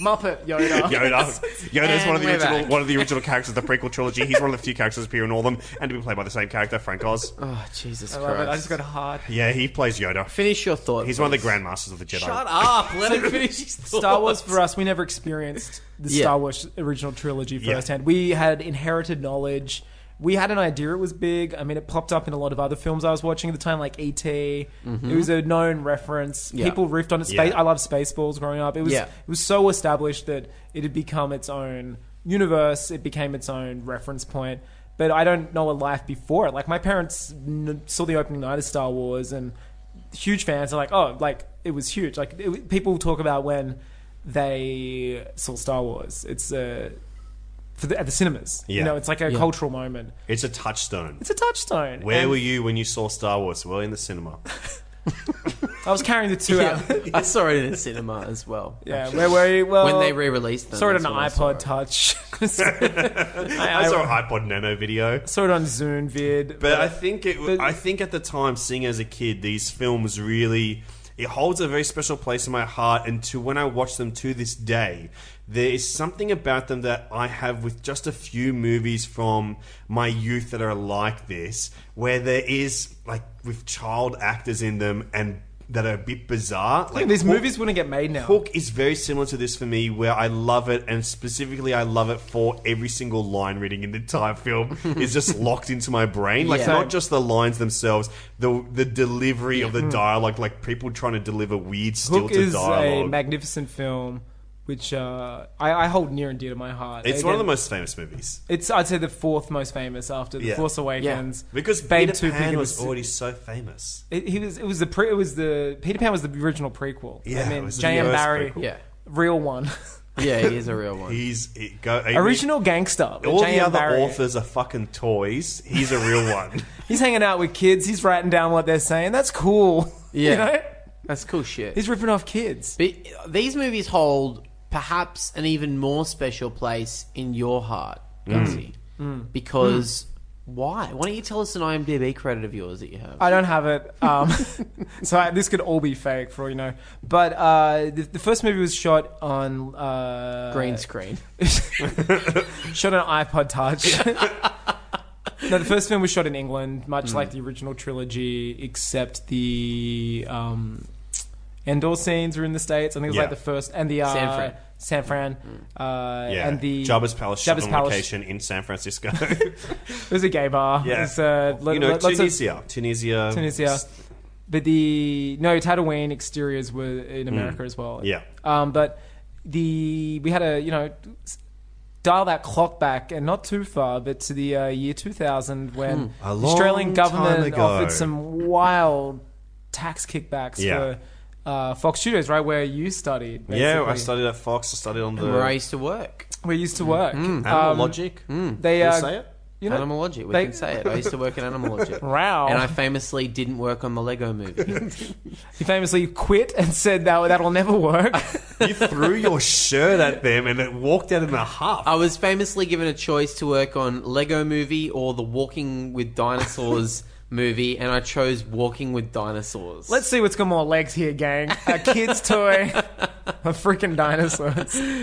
Muppet Yoda.
Yoda. Yoda is one of
And
the
we're
original
back.
one of the original characters of the prequel trilogy. He's one of the few characters to appear in all of them and to be played by the same character, Frank Oz.
Oh Jesus
I
Christ!
love it. I just got hard.
Yeah, he plays Yoda.
Finish your thought.
He's one of the grandmasters of the Jedi.
Shut up. Let him finish his thought.
Star Wars for us, we never experienced the
Yeah.
Star Wars original trilogy
Yeah.
firsthand. We had inherited knowledge. We had an idea it was big. I mean, it popped up in a lot of other films I was watching at the time, like E.T. It was a known reference.
Yeah.
People riffed on it. Spa-
Yeah.
I loved Spaceballs growing up. It was
Yeah.
it was so established that it had become its own universe. It became its own reference point. But I don't know a life before it. Like my parents n- saw the opening night of Star Wars and huge fans are like, oh, like it was huge. Like it, people talk about when they saw Star Wars. It's uh, for the, at the cinemas.
Yeah.
You know, it's like a
Yeah.
cultural moment.
It's a touchstone.
It's a touchstone.
Where
And
were you when you saw Star Wars? Well, in the cinema.
I was carrying the two
Yeah.
out.
I saw it in the cinema as well.
Yeah, where were you? Well,
when they re-released them.
saw it on
that's
an
when I saw
iPod
it.
Touch.
I, saw an iPod Nano video.
saw it on Zoom vid.
But I think it.
but-
I think at the time, seeing as a kid, these films really it holds a very special place in my heart, and to when I watch them to this day, there is something about them that I have with just a few movies from my youth that are like this, where there is like with child actors in them and that are a bit bizarre.
I think
Like
these
Hook-
movies wouldn't get made now.
Hook is very similar to this for me, where I love it, and specifically, I love it for every single line reading in the entire film is just locked into my brain. Like
Yeah.
not just the lines themselves, the the delivery of the dialogue, like people trying to deliver weird
Hook
stilted
is
dialogue.
a magnificent film, which uh, I, I hold near and dear to my heart.
it's one of the
Again,
most famous movies
It's I'd say the fourth most famous after The
Yeah.
Force Awakens.
because
Babe
Peter
Two
Pan
Peter
was
Pan-
already so famous.
It, he was. It was the. Pre, it was the. Peter Pan was the original prequel.
Yeah,
I
it
mean,
was the
J.M.
first
Barry,
prequel.
Yeah.
real one,
Yeah, he is a real one.
He's it go,
original gangster.
All the
J.M.
other
Barrie.
authors are fucking toys. He's a real one.
He's hanging out with kids. He's writing down what they're saying. That's cool.
Yeah.
You know?
That's cool shit.
He's ripping off kids.
But these movies hold perhaps an even more special place in your heart,
Mm.
Gutsy.
Mm.
Because why? Why don't you tell us an IMDb credit of yours that you have?
I don't have it. Um, so I, this could all be fake for all you know. But uh, the, the first movie was shot on uh,
Green screen.
shot on iPod Touch. no, the first film was shot in England, much
Mm.
like the original trilogy, except the um, Endor scenes were in the states. I think it was
Yeah.
like the first and the uh,
San Fran. Mm.
San Fran, uh,
yeah,
and the
Jabba's Palace shot
Jabba's
on
Palace.
location in San Francisco.
It was a gay bar.
Yeah.
It was, uh, lo-
you know,
lo- lots of-
Tunisia. Tunisia.
Tunisia. But the no Tatooine exteriors were in
Mm.
America as well.
Yeah.
Um, but the we had a you know s- dial that clock back and not too far, but to the uh, year 2000
Hmm.
when
A
the
long time
Australian government
ago.
offered some wild tax kickbacks
Yeah.
for uh, Fox Studios, right where you studied.
Yeah, I
basically.
studied at Fox. I studied on the.
And where I used to work.
We used
Hmm.
to work.
Animal
Um,
Logic.
They
Can
uh,
we say it?
You know,
Animal Logic, we
they-
can say it. I used to work in Animal Logic.
Wow.
And I famously didn't work on the Lego movie.
He famously quit and said that that'll never work.
you threw your shirt at them and it walked out in a huff.
Oh.
I was famously given a choice to work on Lego movie or the Walking with Dinosaurs movie, and I chose Walking with Dinosaurs.
Let's see what's got more legs here, gang. A kid's toy, a freaking dinosaur.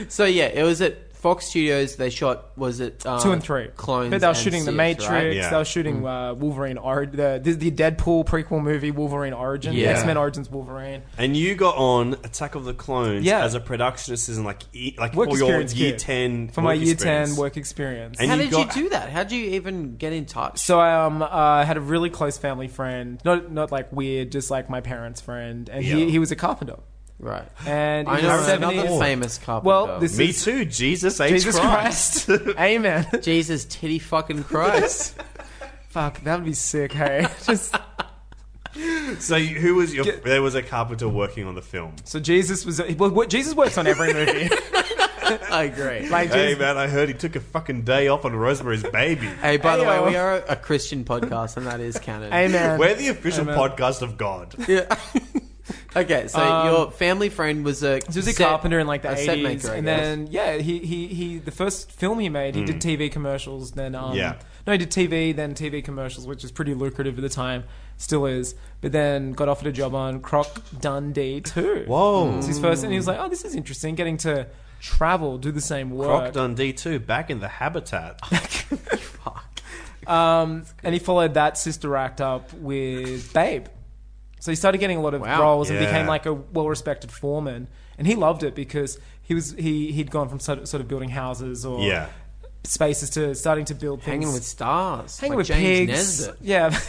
So yeah, it was at Fox Studios. They shot was it uh,
Two and three.
clones.
But they were
and
shooting The
Sith,
Matrix.
right?
They were shooting uh, Wolverine. Or- the, the the Deadpool prequel movie, Wolverine Origin.
Yeah.
X Men Origins Wolverine.
And you got on Attack of the Clones
Yeah.
as a production assistant, like e- like
Work
for your
experience
year
kid.
ten.
For my
work
year
experience.
10 work experience.
And
How
you
did
got-
you do that? How would you even get in touch?
So I um uh, had a really close family friend, not not like weird, just like my parents' friend, and
Yeah.
he, he was a carpenter.
Right.
And
I
in
know
the
another
70s
famous carpenter.
Well, this
Me
is
too. Jesus H.
Jesus
Christ.
Christ. Amen.
Jesus titty fucking Christ.
Fuck, that would be sick. Hey, just
So you- who was your? There was a carpenter working on the film.
so Jesus was well, what- Jesus works on every movie.
I agree.
Like
hey
Jesus-
man, I heard he took a fucking day off on Rosemary's Baby.
Hey, by the
Ayo.
way, we are a Christian podcast, and that is canon.
oh. Amen.
We're the official
Amen.
podcast of God.
Okay, so
Um,
your family friend was a
So he was a
set-
carpenter in like the
a set
eighties,
maker, I
and
guess. Hmm.
then yeah, he, he he the first film he made, he
Mm.
did TV commercials. Then um,
Yeah.
no, he did TV, then TV commercials, which is pretty lucrative at the time, still is. But then got offered a job on Croc Dundee too.
Whoa.
it was his first, and he was like, oh, this is interesting, getting to travel, do the same
Croc
work.
Dundee too, back in the habitat.
Um, and he followed that sister act up with Babe. So he started getting a lot of
Wow.
roles and
Yeah.
became like a well-respected foreman, and he loved it because he was he he'd gone from sort of, sort of building houses or
yeah.
spaces to starting to build things.
hanging with stars,
hanging
like
with
James
pigs.
Nesbitt.
Yeah,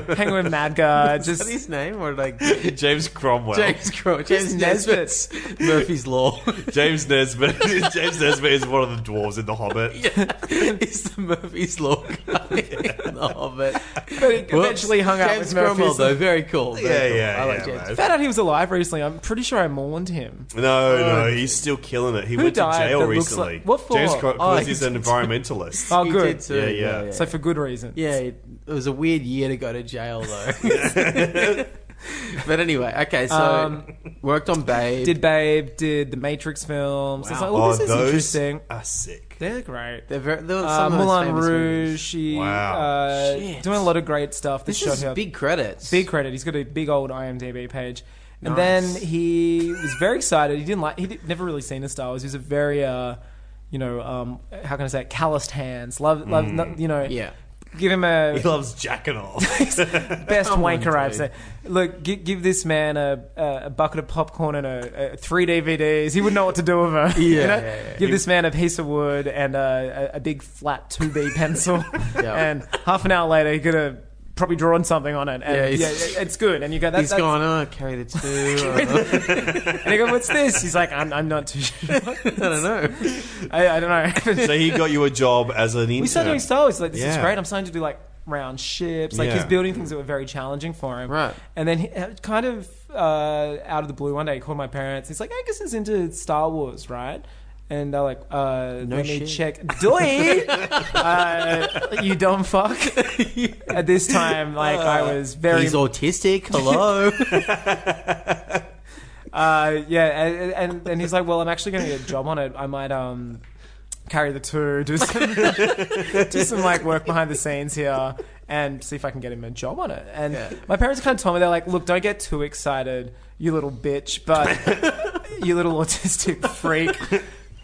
hanging with mad guy.
Is that
Just
his name or like James
James Cromwell.
Cro- James
James
Oh. Nesbitt, Murphy's Law?
James Nesbitt. James Nesbitt is one of the dwarves in The Hobbit.
He's the Murphy's Law guy in The Hobbit.
but he eventually
Whoops.
hung out
James
with Murphy's.
Cromwell, though, very cool. very
Yeah,
cool.
yeah,
I like
yeah,
James.
man.
Found out he was alive recently. I'm pretty sure I mourned him.
No, no, he's still killing it. He
Who
went to
died
jail
that looks
recently.
like- what for?
James Cromwell
Oh,
he's
he
an environmentalist.
Oh,
He
good.
did too.
Yeah, yeah.
yeah.
So for good reason.
Yeah, it, it was a weird year to go to jail though. but anyway, okay, so
Um,
worked on Babe.
Did Babe? Did the Matrix films? So it's
Wow.
like, oh, this is
those
interesting.
are sick.
They're great.
they're very, they're
Uh,
some of the most
Moulin
famous movies.
Rouge. She,
Wow.
uh,
Shit.
doing a lot of great stuff. This,
This is
shot her-
big credits.
big credit. He's got a big old IMDb page. And
Nice.
then he was very excited. He didn't like. He would never really seen a Star Wars. He was a very, uh, you know, um, how can I say, it? calloused hands. Love, love, no- you know.
Yeah.
Give him a
Mm. He loves jacking off.
best
Come on,
wanker I've
dude.
seen. Look, give, give this man a, a bucket of popcorn and a, a three DVDs. He would know what to do with her.
Yeah, yeah, yeah.
Give this man a piece of wood and a, a, a big flat two B pencil,
Yeah.
and half an hour later he could have probably drawn something on it.
Yeah,
And yeah,
he's-
it's good. And you go, that,
He's
that's
going, oh, carry the two.
And you go, what's this? He's like, I'm, I'm not too sure.
I don't know.
I, I don't know.
so he got you a job as an intern.
we started doing Star Wars. He's Like this is
Yeah.
great. I'm starting to do like round ships. Like
Yeah.
he's building things that were very challenging for him.
Right.
And then he, kind uh, of uh, out of the blue one day, he called my parents. He's like, Angus is into Star Wars, right? And they're like, uh,
No
let me
shit.
check. Doy! uh, you dumb fuck. At this time, like, I was very.
He's autistic. Hello.
uh, yeah, and, and and he's like, well, I'm actually going to get a job on it. I might um carry the two, do some do some like work behind the scenes here, and see if I can get him a job on it. And my parents kind of told me they're like, look, don't get too excited, you little bitch, but you little autistic freak.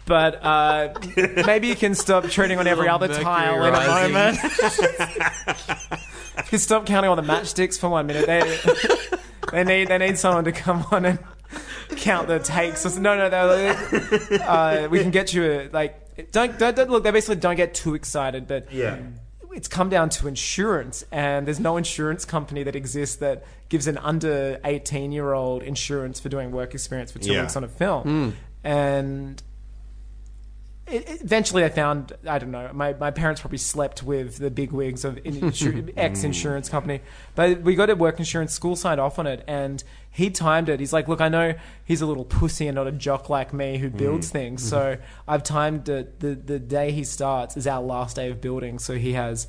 But uh, maybe you can stop treading on every
Little
other
mercury
tile in a
rising.
moment. You can stop counting on the matchsticks for one minute. They, they need they need someone to come on and count the takes. No, no, no. Uh, we can get you a, like don't, don't don't look. They basically don't get too excited, but
Yeah.
it's come down to insurance, and there's no insurance company that exists that gives an under 18 year old insurance for doing work experience for two
Yeah. Hmm.
weeks on a film, and. It, it- eventually, I found I don't know. My, my parents probably slept with the big wigs of in- insur- X insurance company, but we got a work insurance school signed off on it, and he timed it. He's like, "Look, I know he's a little pussy and not a jock like me who builds things, so I've timed it. The the day he starts is our last day of building, so he has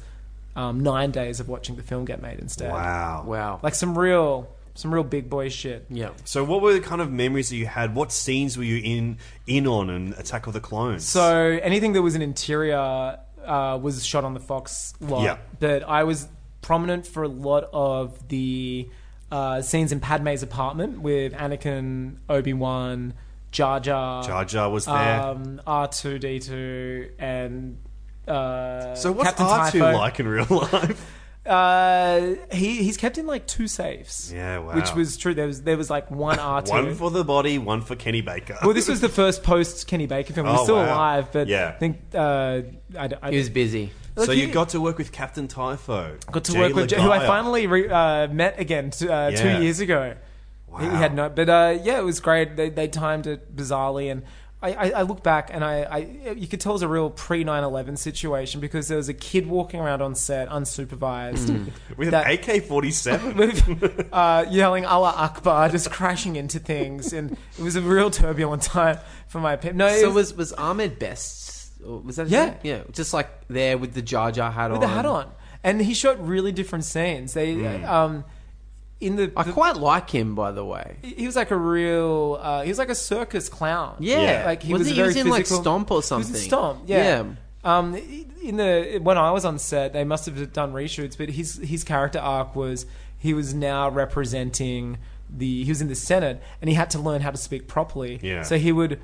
um, nine days of watching the film get made instead.
Wow.
wow.
Like some real some real big boy shit.
yeah.
So, what were the kind of memories that you had? What scenes were you in in on in Attack of the Clones?
So anything that was an interior uh, was shot on the Fox lot.
Yeah.
But I was prominent for a lot of the uh, scenes in Padme's apartment with Anakin, Obi Wan, Jar Jar,
Jar Jar was there.
um, R two D two, and uh,
so, what's
Captain
R two
Typho.
like in real life?
Uh, he he's kept in like two safes.
Yeah, wow.
Which was true. There was there was like one R two.
one for the body, one for Kenny Baker.
well, this was the first post Kenny Baker film. He was
Oh,
still
wow.
alive, but
Yeah.
I think uh, I, d- I
He was busy.
so
Look,
you
he-
got to work with Captain Typho.
Got to
Jay
work with Jay, who I
Lagaya.
finally re, uh, met again t- uh,
Yeah.
two years ago.
Wow.
He had no, but uh, yeah, it was great. They, they timed it bizarrely, and I, I, I look back and I, I you could tell it was a real pre 9-11 situation because there was a kid walking around on set unsupervised
Mm-hmm. with
that-
an AK forty seven.
with uh, yelling Allah Akbar, just crashing into things, and it was a real turbulent time for my opinion. No, it
So was was Ahmed best? Or was that his
Yeah.
name? yeah? Just like there with the Jar Jar hat on.
with the hat on, and he shot really different scenes. They
Mm.
um, in the,
I
the
quite like him, by the way.
he was like a real uh, he was like a circus clown
Yeah.
like he was,
Wasn't he- he
very
was in, like,
physical-
Stomp or
he was
something?
in stomp yeah, Um, in the when I was on set they must have done reshoots but his his character arc was he was now representing the he was in the senate and he had to learn how to speak properly
Yeah.
so he would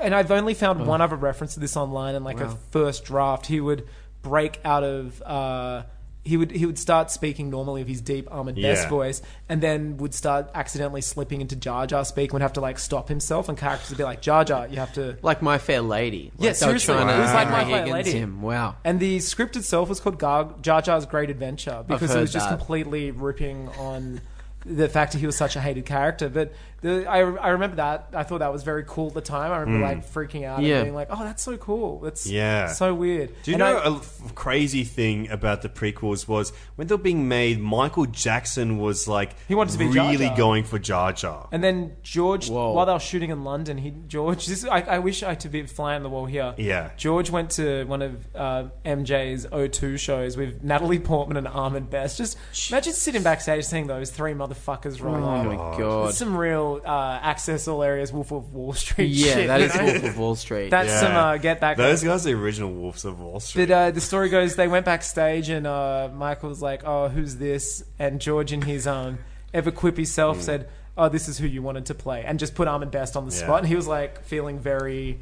and I've only
Oh.
found one other reference to this online in like a first draft he would break out of uh, he would he would start speaking normally of his deep armored best
Yeah.
voice voice, and then would start accidentally slipping into Jar Jar speak and would have to like stop himself and characters would be like Jar Jar you have to
Like My Fair Lady. Like
Yeah,
they were
seriously.
trying to
It was like
Henry
My Fair
Higgins
Lady.
Him. Wow.
and the script itself was called Gar- Jar Jar's Great Adventure because it
heard
was just
that.
completely ripping on the fact that he was such a hated character but the, I, I remember that I thought that was very cool at the time I remember like freaking out
Yeah.
and being like oh that's so cool that's
Hmm. Yeah.
so weird
Do you
And
know
I-
a f- crazy thing about the prequels was when they were being made, Michael Jackson was like
He wanted to be Jar
really
Jar.
going for Jar Jar.
And then George,
Whoa.
while they were shooting in London, he George. This I, I wish I could be flying on the wall here.
Yeah.
George went to one of uh, MJ's O2 shows with Natalie Portman and Armand Best. Just imagine sitting backstage seeing those three motherfuckers roll
Oh
up.
my
That's
god.
Some real uh, access all areas Wolf of Wall Street.
Yeah,
shit,
that
you
is
know?
Wolf of Wall Street.
That's
Yeah.
some uh, get back.
Those guys are the original Wolves of Wall Street.
But uh, the story goes they went backstage and uh, Michael was like, "Oh, who's this?" And George, in his um, ever quippy self, said, "Oh, this is who you wanted to play," and just put Armin Best on the
Yeah.
spot. And he was like feeling very,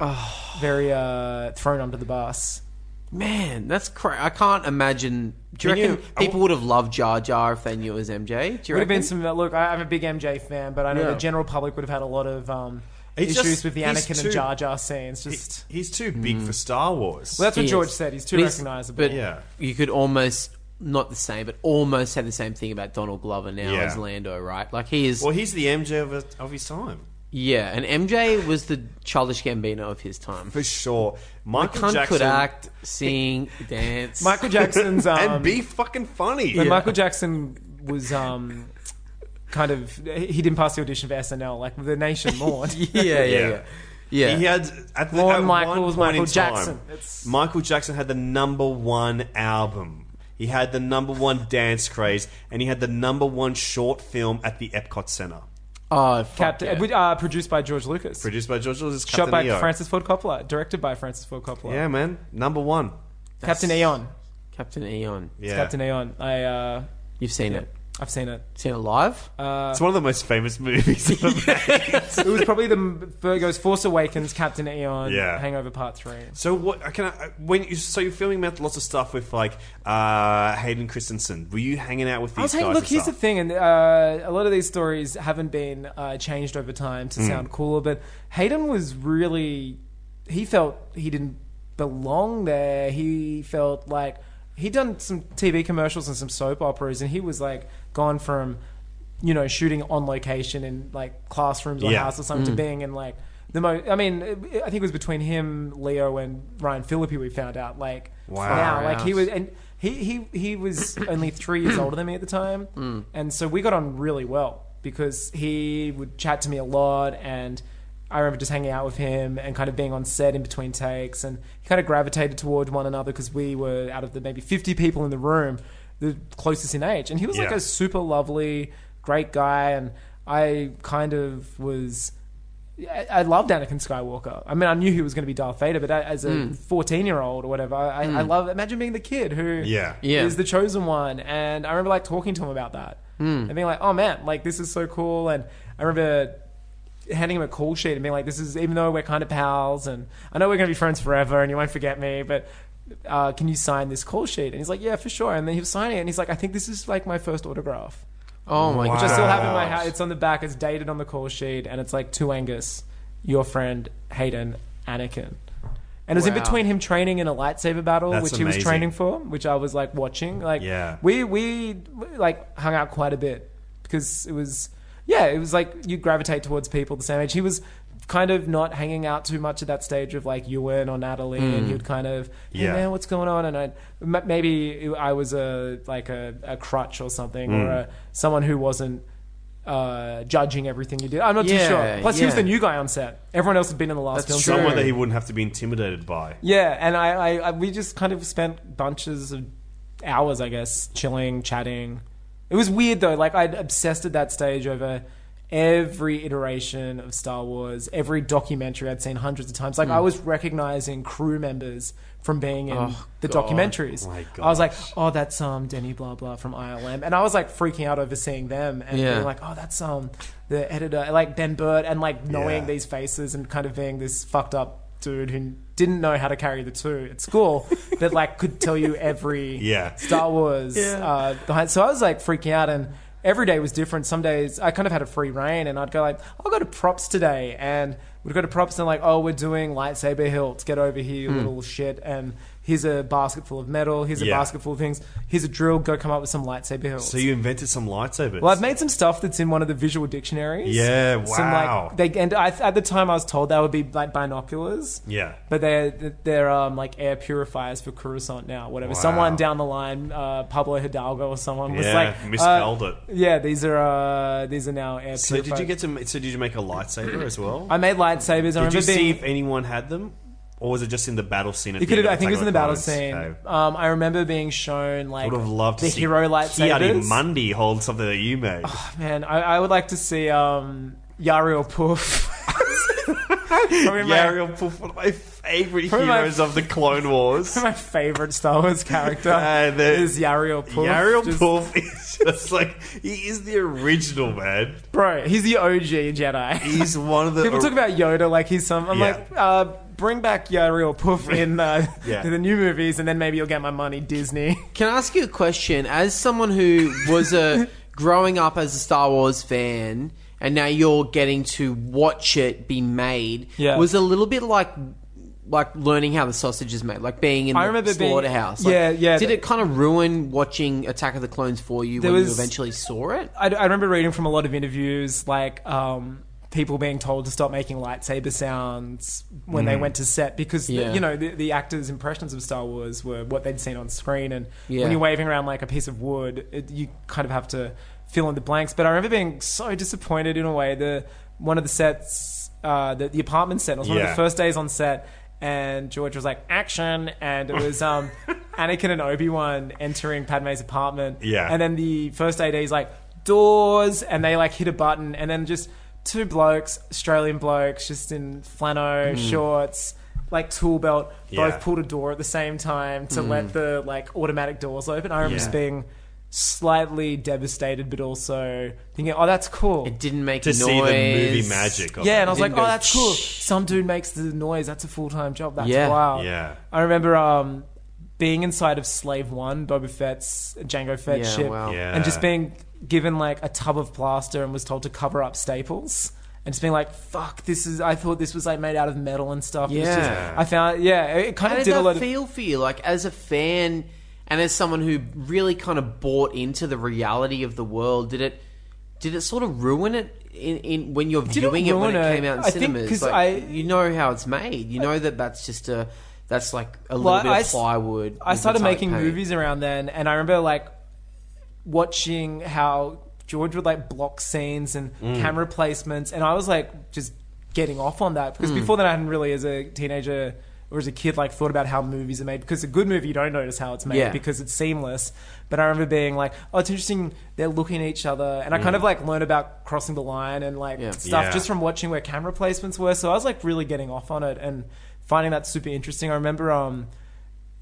very uh, thrown under the bus.
Man, that's crazy. I can't imagine. Do you
Can you-
reckon people would have loved Jar Jar if they knew it was MJ? Do you
Would have
reckon?
been some. uh, Look, I- I'm a big MJ fan, but I know
Yeah.
the general public would have had a lot of um,
He's
issues
just-
with the
he's
Anakin
too-
and Jar Jar scenes.
He-
Just
he's too big for Star Wars.
Hmm. well, that's what
He
George
is.
said. He's too
But
recognizable.
But
Yeah.
you could almost not the same, but almost say the same thing about Donald Glover now
Yeah.
as Lando, right? Like he is.
well, he's the MJ of, his- of his time
yeah, and MJ was the childish Gambino of his time.
for sure. Michael
Cunt
Jackson
could act, sing, dance.
Michael Jackson's um,
and be fucking funny.
But Michael Jackson was um, kind of he didn't pass the audition for SNL. Like the nation mourned.
yeah,
Yeah.
yeah, yeah. Yeah.
He had at the,
Lorne
at one
Michaels,
point
Michael
in time,
Jackson.
Michael Jackson had the number one album. He had the number one dance craze, and he had the number one short film at the Epcot Center.
Oh,
Captain,
yeah.
with- uh, produced by George Lucas.
Produced by George Lucas,
Shot
Captain
by
EO.
Francis Ford Coppola. Directed by Francis Ford Coppola.
Yeah, man, number one.
Captain Aeon.
Captain Eon.
Yeah,
It's Captain Aeon. I, uh,
You've seen it.
I've seen it.
Seen it live?
it's one of the most famous movies. ever made.
it was probably the Virgo's Force Awakens, Captain Aeon,
Yeah.
Hangover Part 3.
So what I can I, when you so you're filming about lots of stuff with like uh, Hayden Christensen. Were you hanging out with these
I was
guys?
saying, look,
and
here's the
stuff?
thing, and uh, a lot of these stories haven't been uh, changed over time
Mm.
to sound cooler, but Hayden was really, he felt he didn't belong there. He felt like he'd done some TV commercials and some soap operas, and he was like gone from, you know, shooting on location in like classrooms or
Yeah.
house or something
Mm.
to being in like the most. I mean, it- I think it was between him, Leo, and Ryan Philippi we found out like
Wow.
now, like
out.
he was and he he he was only three years older than me at the time,
Mm.
and so we got on really well because he would chat to me a lot, and I remember just hanging out with him and kind of being on set in between takes, and he kind of gravitated toward one another because we were out of the maybe fifty people in the room, the closest in age, and he was like
Yeah.
a super lovely, great guy, and I kind of was. I I loved Anakin Skywalker. I mean, I knew he was going to be Darth Vader, but I- as a fourteen-year-old or whatever, I, I love. Imagine being the kid who
Yeah.
Yeah.
is the chosen one, and I remember like talking to him about that and being like, "Oh man, like this is so cool." And I remember handing him a call sheet and being like, "This is even though we're kind of pals, and I know we're going to be friends forever, and you won't forget me, but." Uh, can you sign this call sheet? And he's like, yeah, for sure. And then he was signing it, and he's like, I think this is like my first autograph.
Oh my
Which I
god.
still have in my house. It's on the back. It's dated on the call sheet, and it's like to Angus, your friend Hayden Anakin. And it was in
Wow.
between him training in a lightsaber battle,
That's
which he was
amazing.
training for, which I was like watching. Like
Yeah.
we we like hung out quite a bit because it was yeah, it was like you gravitate towards people the same age. He was kind of not hanging out too much at that stage of like Ewan or Natalie,
Mm.
and you'd kind of hey,
Yeah.
man, what's going on? And I m- maybe I was a like a, a crutch or something,
Mm.
or a, someone who wasn't uh, judging everything you did. I'm not
Yeah,
too sure. Plus, he was
yeah.
the new guy on set. Everyone else had been in the last
That's
film.
true.
Someone that he wouldn't have to be intimidated by.
Yeah, and I, I, I we just kind of spent bunches of hours, I guess, chilling, chatting. It was weird though. Like I'd obsessed at that stage over every iteration of Star Wars, every documentary I'd seen hundreds of times. Like I was recognizing crew members from being in the documentaries.
My
I was like, oh, that's um Denny blah blah from ILM, and I was like freaking out over seeing them and
Yeah.
being like, oh, that's um the editor, like Ben Burt, and like knowing
Yeah.
these these faces and kind of being this fucked up dude who didn't know how to carry the two at school, but like could tell you every
Yeah.
Star Wars uh, behind. So I was like freaking out, and every day was different. Some days I kind of had a free reign, and I'd go like, "I'll go to props today," and we'd go to props and like, "Oh, we're doing lightsaber hilts. Get over here, you little shit!" And here's a basket full of metal. Here's a
Hmm. Yeah.
basket full of things. Here's a drill. Go come up with some lightsaber hilts.
So you invented some lightsabers.
Well, I've made some stuff that's in one of the visual dictionaries.
Yeah,
Some,
wow.
like, they, and I, at the time, I was told they would be like binoculars.
Yeah.
But they're they're um, like air purifiers for Coruscant now. Whatever.
Wow.
Someone down the line, uh, Pablo Hidalgo or someone was
Yeah,
like
misspelled
uh,
it.
Yeah, these are uh, these are now air
so
purifiers.
did you get to? So did you make a lightsaber as well?
I made lightsabers. I
did
remember
you see
being,
if anyone had them, or was it just in the battle scene? At the
It could have,
end of
I think it was in the
Attack
battle
of
scene.
Clones? Okay.
Um, I remember being shown like
I would have loved to
the
see
hero
Kiari
lightsabers. Oh,
Mundi hold something that you made.
Man, I, I would like to see um, Yariel Poof. Probably my-
Yariel Puff, one of my favorite
Probably my-
heroes of the Clone Wars.
my favorite Star Wars character
Uh, the-
is Yariel Poof.
Yariel
Just-
Puff is just like he is the original man.
Bro, he's the OG Jedi.
He's one of the
People talk about Yoda like he's some. I'm
Yeah.
like, uh, bring back Yariel Poof in uh,
Yeah.
the new movies, and then maybe you'll get my money, Disney.
Can I ask you a question? As someone who was a growing up as a Star Wars fan, and now you're getting to watch it be made,
Yeah.
was a little bit like like learning how the sausage is made, like being in
I
the
remember being-
slaughterhouse. Like,
yeah, yeah.
Did it kind of ruin watching Attack of the Clones for you
There
when you
was-
eventually saw it?
I, I remember reading from a lot of interviews, like um, people being told to stop making lightsaber sounds when they went to set because
Yeah.
the, you know the, the actors' impressions of Star Wars were what they'd seen on screen, and
Yeah.
when you're waving around like a piece of wood, it, you kind of have to fill in the blanks. But I remember being so disappointed in a way. The one of the sets. uh, the, the apartment set. It was one of
Yeah.
the first days on set, and George was like, action! And it was um, Anakin and Obi Wan entering Padme's apartment.
Yeah.
And then the first AD is like, doors! And they like hit a button, and then just two blokes, Australian blokes, just in flannel
Mm.
shorts. Like tool belt, both
Yeah.
pulled a door at the same time to
Mm.
let the like automatic doors open. I remember
Yeah.
just being slightly devastated, but also thinking, "Oh, that's cool." It
didn't make
To see the movie noise. magic of
yeah,
it.
and I was
It
like,
didn't
"Oh,
go,
that's cool." Some dude makes the noise. That's a full time job. That's
Yeah.
wild.
Yeah.
I remember um, being inside of Slave One, Boba Fett's Django Fett
Yeah,
ship,
wow. Yeah.
Oh. and just being given like a tub of plaster and was told to cover up staples. And just being like, fuck, this is. I thought this was like made out of metal and stuff. It was just-
Yeah.
I found, yeah, it kind
How
of
did,
did, a lot
that
of.
feel for you? Like as a fan and as someone who really kind of bought into the reality of the world, did it did it sort of ruin it in, in when you're
Didn't
viewing it when
ruin
it
it.
came out in
I think
cinemas?
'cause
like,
I-
you know how it's made. You know that that's just a that's like a little
Well,
bit
I
of
s-
plywood.
I
with
started
metallic
making
paint.
movies around then, and I remember like watching how George would like block scenes and
Mm.
camera placements, and I was like just getting off on that because
Mm.
before then I hadn't really, as a teenager or as a kid, like thought about how movies are made. Because a good movie, you don't notice how it's made
Yeah.
because it's seamless. But I remember being like, "Oh, it's interesting. They're looking at each other," and I kind
Mm.
of like learned about crossing the line and like
Yeah.
stuff
Yeah.
just from watching where camera placements were. So I was like really getting off on it and finding that super interesting. I remember um,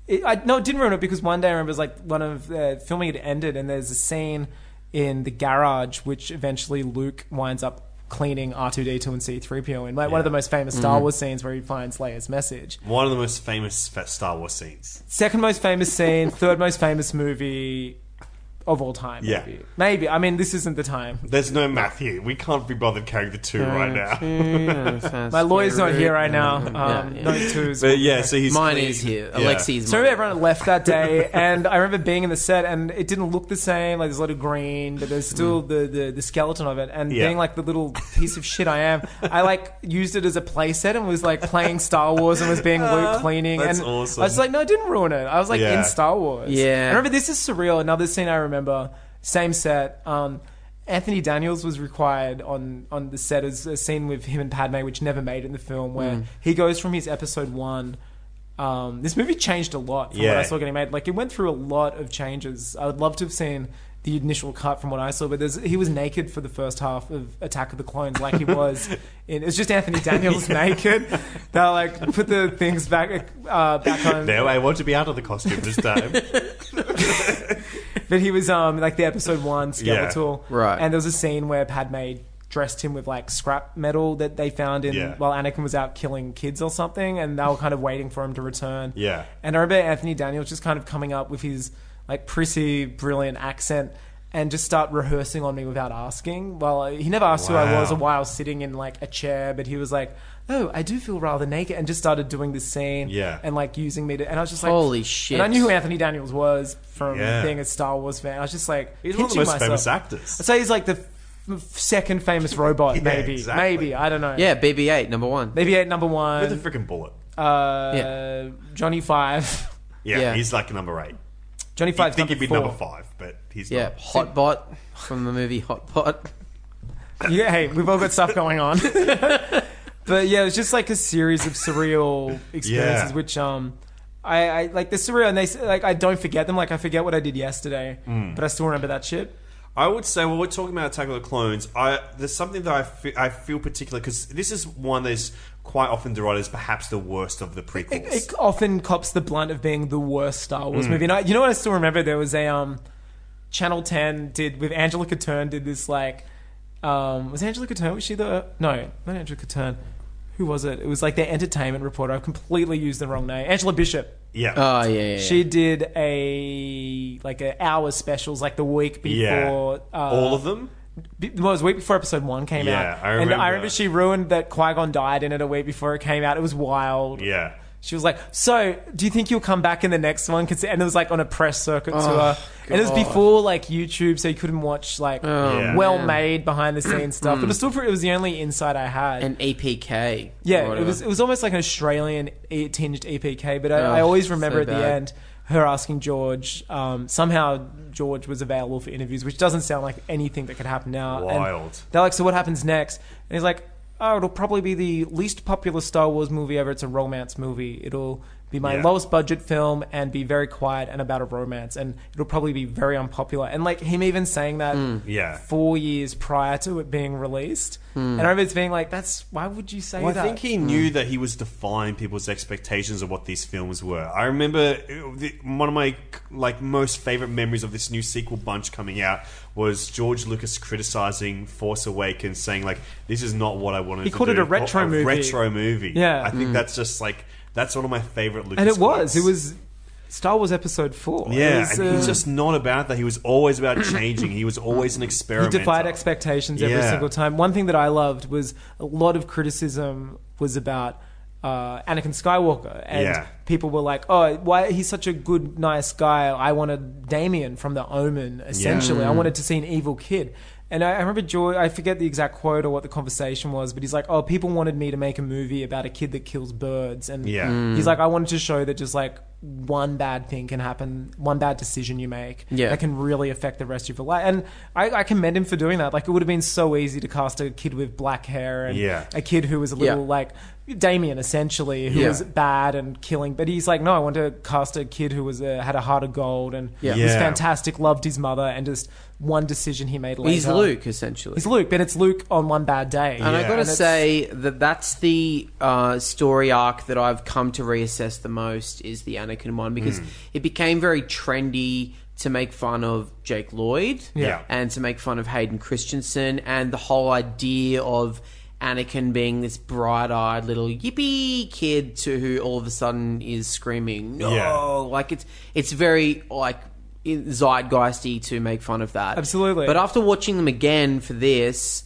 it, I no, it didn't ruin it because one day I remember it was like one of uh, filming had ended, and there's a scene in the garage which eventually Luke winds up cleaning R two D two and C three PO in, like one of the most famous Star
Mhm.
Wars scenes where he finds Leia's message.
One of the most famous fa- Star Wars scenes.
Second most famous scene, third most famous movie of all time.
Yeah.
maybe. maybe. I mean, this isn't the time.
There's no math here. We can't be bothered carrying the two right now.
My lawyer's not here right now. Um,
Yeah, yeah.
No twos.
But yeah, so he's
Mine
clean.
is here.
Yeah.
Alexi's
So I remember everyone left that day, and I remember being in the set, and it didn't look the same. Like there's a lot of green, but there's still the, the the skeleton of it. And
Mm. Yeah.
being like the little piece of shit I am, I like used it as a playset and was like playing Star Wars and was being
Ah,
Luke cleaning.
that's
and
awesome.
I was like, no, it didn't ruin it. I was like
Yeah.
in Star Wars.
Yeah.
I remember this is surreal. Another scene I remember, same set. Um, Anthony Daniels was required on on the set as a scene with him and Padme, which never made it in the film, where
Mm.
he goes from his episode one. Um, this movie changed a lot from what
Yeah.
I saw getting made. Like it went through a lot of changes. I would love to have seen the initial cut from what I saw, but there's, he was naked for the first half of Attack of the Clones, like he was. in, it's just Anthony Daniels naked. They like put the things back uh, back on.
No, I want to be out of the costume this time.
But he was um like the episode one
Yeah.
Skeletor,
Right.
And there was a scene where Padme dressed him with like scrap metal that they found in
Yeah.
while Anakin was out killing kids or something, and they were kind of waiting for him to return.
Yeah.
And I remember Anthony Daniels just kind of coming up with his like pretty brilliant accent and just start rehearsing on me without asking. Well, uh, he never asked who I was
Wow.
or why I was sitting in like a chair, but he was like, "Oh, I do feel rather naked," and just started doing this scene.
Yeah.
And like using me to, and I was just like,
Holy shit.
And I knew who Anthony Daniels was from
Yeah.
being a Star Wars fan. I was just like,
He's one of the
pinching
most
myself.
famous actors.
I'd say he's like the f- f- second famous robot, maybe,
exactly.
maybe I don't know.
Yeah, BB-8 number one.
maybe eight number one.
With a freaking bullet.
uh,
Yeah.
Johnny Five.
Yeah, he's like number eight.
Johnny
You'd
Five's
think he'd be
number
number
four.
five, but he's
yeah,
not.
Hot Bot from the movie Hot Pot.
yeah, hey, we've all got stuff going on. but yeah, it was just like a series of surreal experiences,
Yeah.
which um, I, I like the surreal, and they s- like I don't forget them. Like I forget what I did yesterday,
Mm.
but I still remember that shit.
I would say when we're talking about Attack of the Clones, I there's something that I fe- I feel particular because this is one that's quite often derided as perhaps the worst of the prequels.
It often cops the blunt of being the worst Star Wars
Mm.
movie. And I, you know what I still remember? There was a um, Channel Ten did with Angelica Turn did this like um, was Angelica Turn was she the no not Angelica Turn who was it? It was like their entertainment reporter. I've completely used the wrong name. Angela Bishop.
Yeah.
Oh, yeah, yeah,
She did a like an hour specials like the week
Yeah.
before uh,
All of them?
Be, well, it was a week before episode one came
Yeah,
out.
I
And I
remember.
remember she ruined that Qui Gon died in it a week before it came out. It was wild.
yeah.
She was like, "So, do you think you'll come back in the next one?" 'Cause- and it was like on a press circuit
Oh,
tour, and it was
God.
before like YouTube, so you couldn't watch like
Oh, Yeah.
well-made behind-the-scenes stuff. But it
Mm.
was still pretty, it was the only insight I had.
An EPK. E or
yeah, it
whatever.
was it was almost like an Australian e- tinged EPK. But I,
Oh,
I always
so
remember at the
bad.
end her asking George. Um, somehow George was available for interviews, which doesn't sound like anything that could happen now. And
Wild.
they're like, "So what happens next?" And he's like. oh, it'll probably be the least popular Star Wars movie ever. It's a romance movie. It'll be my
Yeah.
lowest budget film and be very quiet and about a romance, and it'll probably be very unpopular. And like him even saying that
Mm.
Yeah.
four years prior to it being released,
Mm.
and I remember it's being like, that's why would you say
Well, I
that?
think he knew that he was defying people's expectations of what these films were. I remember uh, the- one of my like most favorite memories of this new sequel bunch coming out was George Lucas criticizing Force Awakens, saying like, "This is not what I wanted."
He
to
called it
do.
a retro
Or
movie.
Retro movie.
Yeah.
I think
Mm.
that's just like that's one of my favorite Lucas.
and it was
quotes.
it was Star Wars Episode Four. It
Yeah,
was,
and he's
uh,
just not about that. He was always about changing. He was always an
he
experiment.
defied expectations every
Yeah.
single time. One thing that I loved was a lot of criticism was about uh, Anakin Skywalker, and
Yeah.
people were like, "Oh, why he's such a good, nice guy? I wanted Damien from The Omen. Essentially, I
Mm.
wanted to see an evil kid." And I I remember Joy, I forget the exact quote or what the conversation was, but he's like, Oh, people wanted me to make a movie about a kid that kills birds. And
Yeah. Mm.
he's like, I wanted to show that just like one bad thing can happen, one bad decision you make
Yeah.
that can really affect the rest of your life. And I, I commend him for doing that. Like, it would have been so easy to cast a kid with black hair and
Yeah.
a kid who was a little
Yeah.
like Damien, essentially, who
Yeah.
was bad and killing. But he's like, no, I want to cast a kid who was a, had a heart of gold and
Yeah.
was
Yeah.
fantastic, loved his mother, and just one decision he made later.
He's Luke, essentially.
He's Luke, but it's Luke on one bad day.
And I
Yeah.
gotta
And it's-
say that that's the uh, story arc that I've come to reassess the most is the Anakin one because
Hmm.
it became very trendy to make fun of Jake Lloyd
Yeah.
and to make fun of Hayden Christensen and the whole idea of Anakin being this bright-eyed little yippee kid to who all of a sudden is screaming no
Yeah.
like it's it's very like in- zeitgeisty to make fun of that
Absolutely.
but after watching them again for this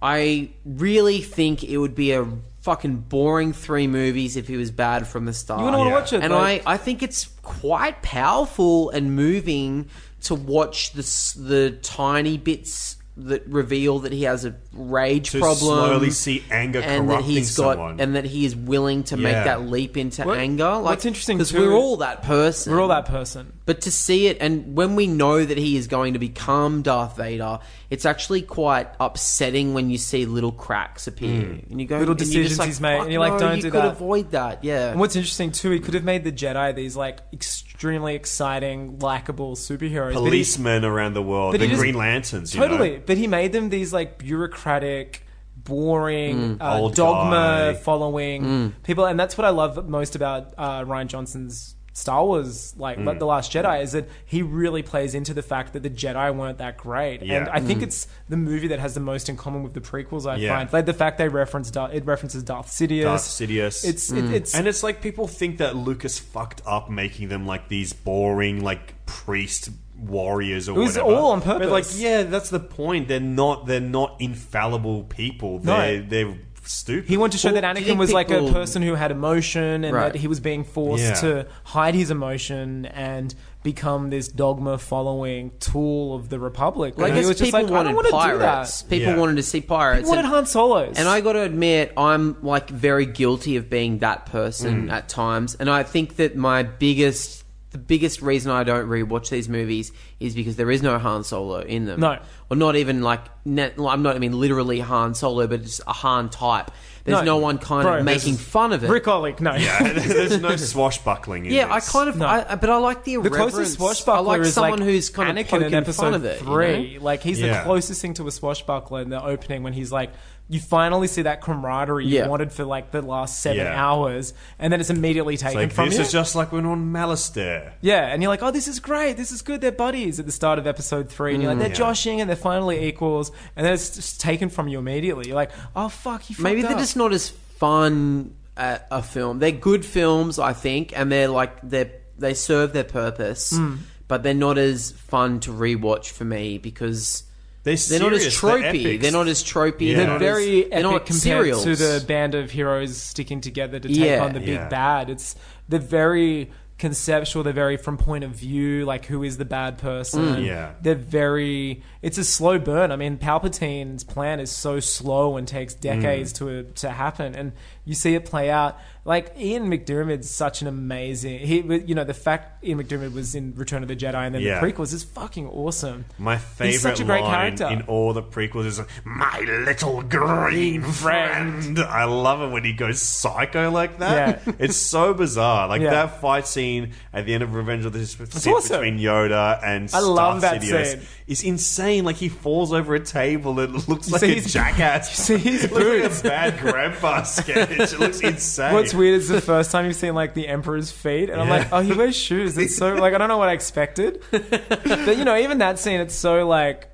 I really think it would be a fucking boring three movies if he was bad from the start.
You wouldn't want to
Yeah.
watch it.
and
like-
I, I think it's quite powerful and moving to watch the s- the tiny bits that reveal that he has a rage
To
problem.
slowly see anger
and that
corrupting
he's got,
someone.
and that he is willing to make
Yeah.
that leap into
What-
anger. Like,
what's interesting
because
too
we're
is-
all that person.
We're all that person.
But to see it, and when we know that he is going to become Darth Vader, it's actually quite upsetting when you see little cracks appear, and you go
Hmm. Little
and you're just
decisions
like,
he's made, and
"Fuck
you're like,
no,
don't
you
do
could
that."
avoid that, yeah.
And what's interesting too, he could have made the Jedi these like extremely exciting, likable superheroes. but he-
policemen around the world,
but
the
he just-
Green Lanterns. You
totally,
know?
but he made them these like bureaucratic, boring, uh,
Mm, Old
dogma
guy. Mm.
following people, and that's what I love most about uh, Ryan Johnson's. Star Wars, like
Mm.
The Last Jedi, is that he really plays into the fact that the Jedi weren't that great,
Yeah. Mm.
and I think it's the movie that has the most in common with the prequels. I
Yeah.
find like the fact they reference Dar- it references Darth Sidious.
Darth Sidious. Mm.
It's it, it's
and it's like people think that Lucas fucked up making them like these boring like priest warriors or
It was
whatever.
all on
But like,
purpose.
yeah, that's the point. They're not they're not infallible people.
No.
They're they're stupid.
He wanted to show
Well,
that
do you
Anakin was like a
people-
person who had emotion and
Right.
that he was being forced
Yeah.
to hide his emotion and become this dogma following tool of the Republic.
Like, I
and he
guess
was just
people
like, I
wanted
don't want to do
pirates.
that.
People
Yeah.
wanted to see pirates.
People wanted
and-
Han Solos.
And I got to admit, I'm like very guilty of being that person at times. And I think that my biggest, the biggest reason I don't rewatch these movies is because there is no Han Solo in them.
No.
Or not even like, ne- well, I'm not, I mean, literally Han Solo, but just a Han type. There's no, one kind
Bro,
of
this
making
is-
fun of it.
Rick Olick, no.
There's no swashbuckling. In
yeah, I
this.
kind of,
No.
I, but I like the
The
irreverence.
closest
I
swashbuckler
like
is
someone
like
who's kind of
Anakin
poking
in episode
fun of it. you know?
three. Like he's
Yeah.
the closest thing to a swashbuckler in the opening when he's like, you finally see that camaraderie
Yeah.
you wanted for like the last seven
Yeah.
hours, and then it's immediately taken
Like,
from
this
you.
is just like when on Malastare.
Yeah, and you're like, oh, this is great. This is good. They're buddies at the start of episode three. And you're
Mm,
like, they're
Yeah.
joshing and they're finally equals. And then it's just taken from you immediately. You're like, oh, fuck, you
Maybe
fucked
they're
up.
just not as fun a, a film. They're good films, I think, and they're like they they serve their purpose,
Hmm.
but they're not as fun to rewatch for me because
They're,
they're not as
serious,
tropey. They're,
epics.
not as tropey.
Yeah.
They're,
They're
not
very
as,
epic
they're not
compared
serials.
to the band of heroes sticking together to take
Yeah.
on the big
Yeah.
bad. It's they're very conceptual. They're very from point of view, like who is the bad person.
Yeah.
they're very. It's a slow
Mm.
burn. I mean, Palpatine's plan is so slow and takes decades to to happen, and You see it play out. Like Ian McDiarmid's such an amazing. He, you know, the fact Ian McDiarmid was in Return of the Jedi and then
Yeah.
the prequels is fucking awesome.
My favorite
He's such a great
line
character.
in all the prequels is "My little green friend." I love it when he goes psycho like that. it's so bizarre. Like
Yeah.
that fight scene at the end of Revenge of the Sith
awesome.
between Yoda and
I love
Darth
that
Sidious
scene.
is insane. Like he falls over a table and it looks like
see
a
his-
jackass.
you see his
it looks
boots.
like a bad grandpa sketch. It looks insane.
What's weird is the first time you've seen like the Emperor's feet, and I'm
Yeah.
like, oh, he wears shoes. It's so like I don't know what I expected, but you know, even that scene, it's so like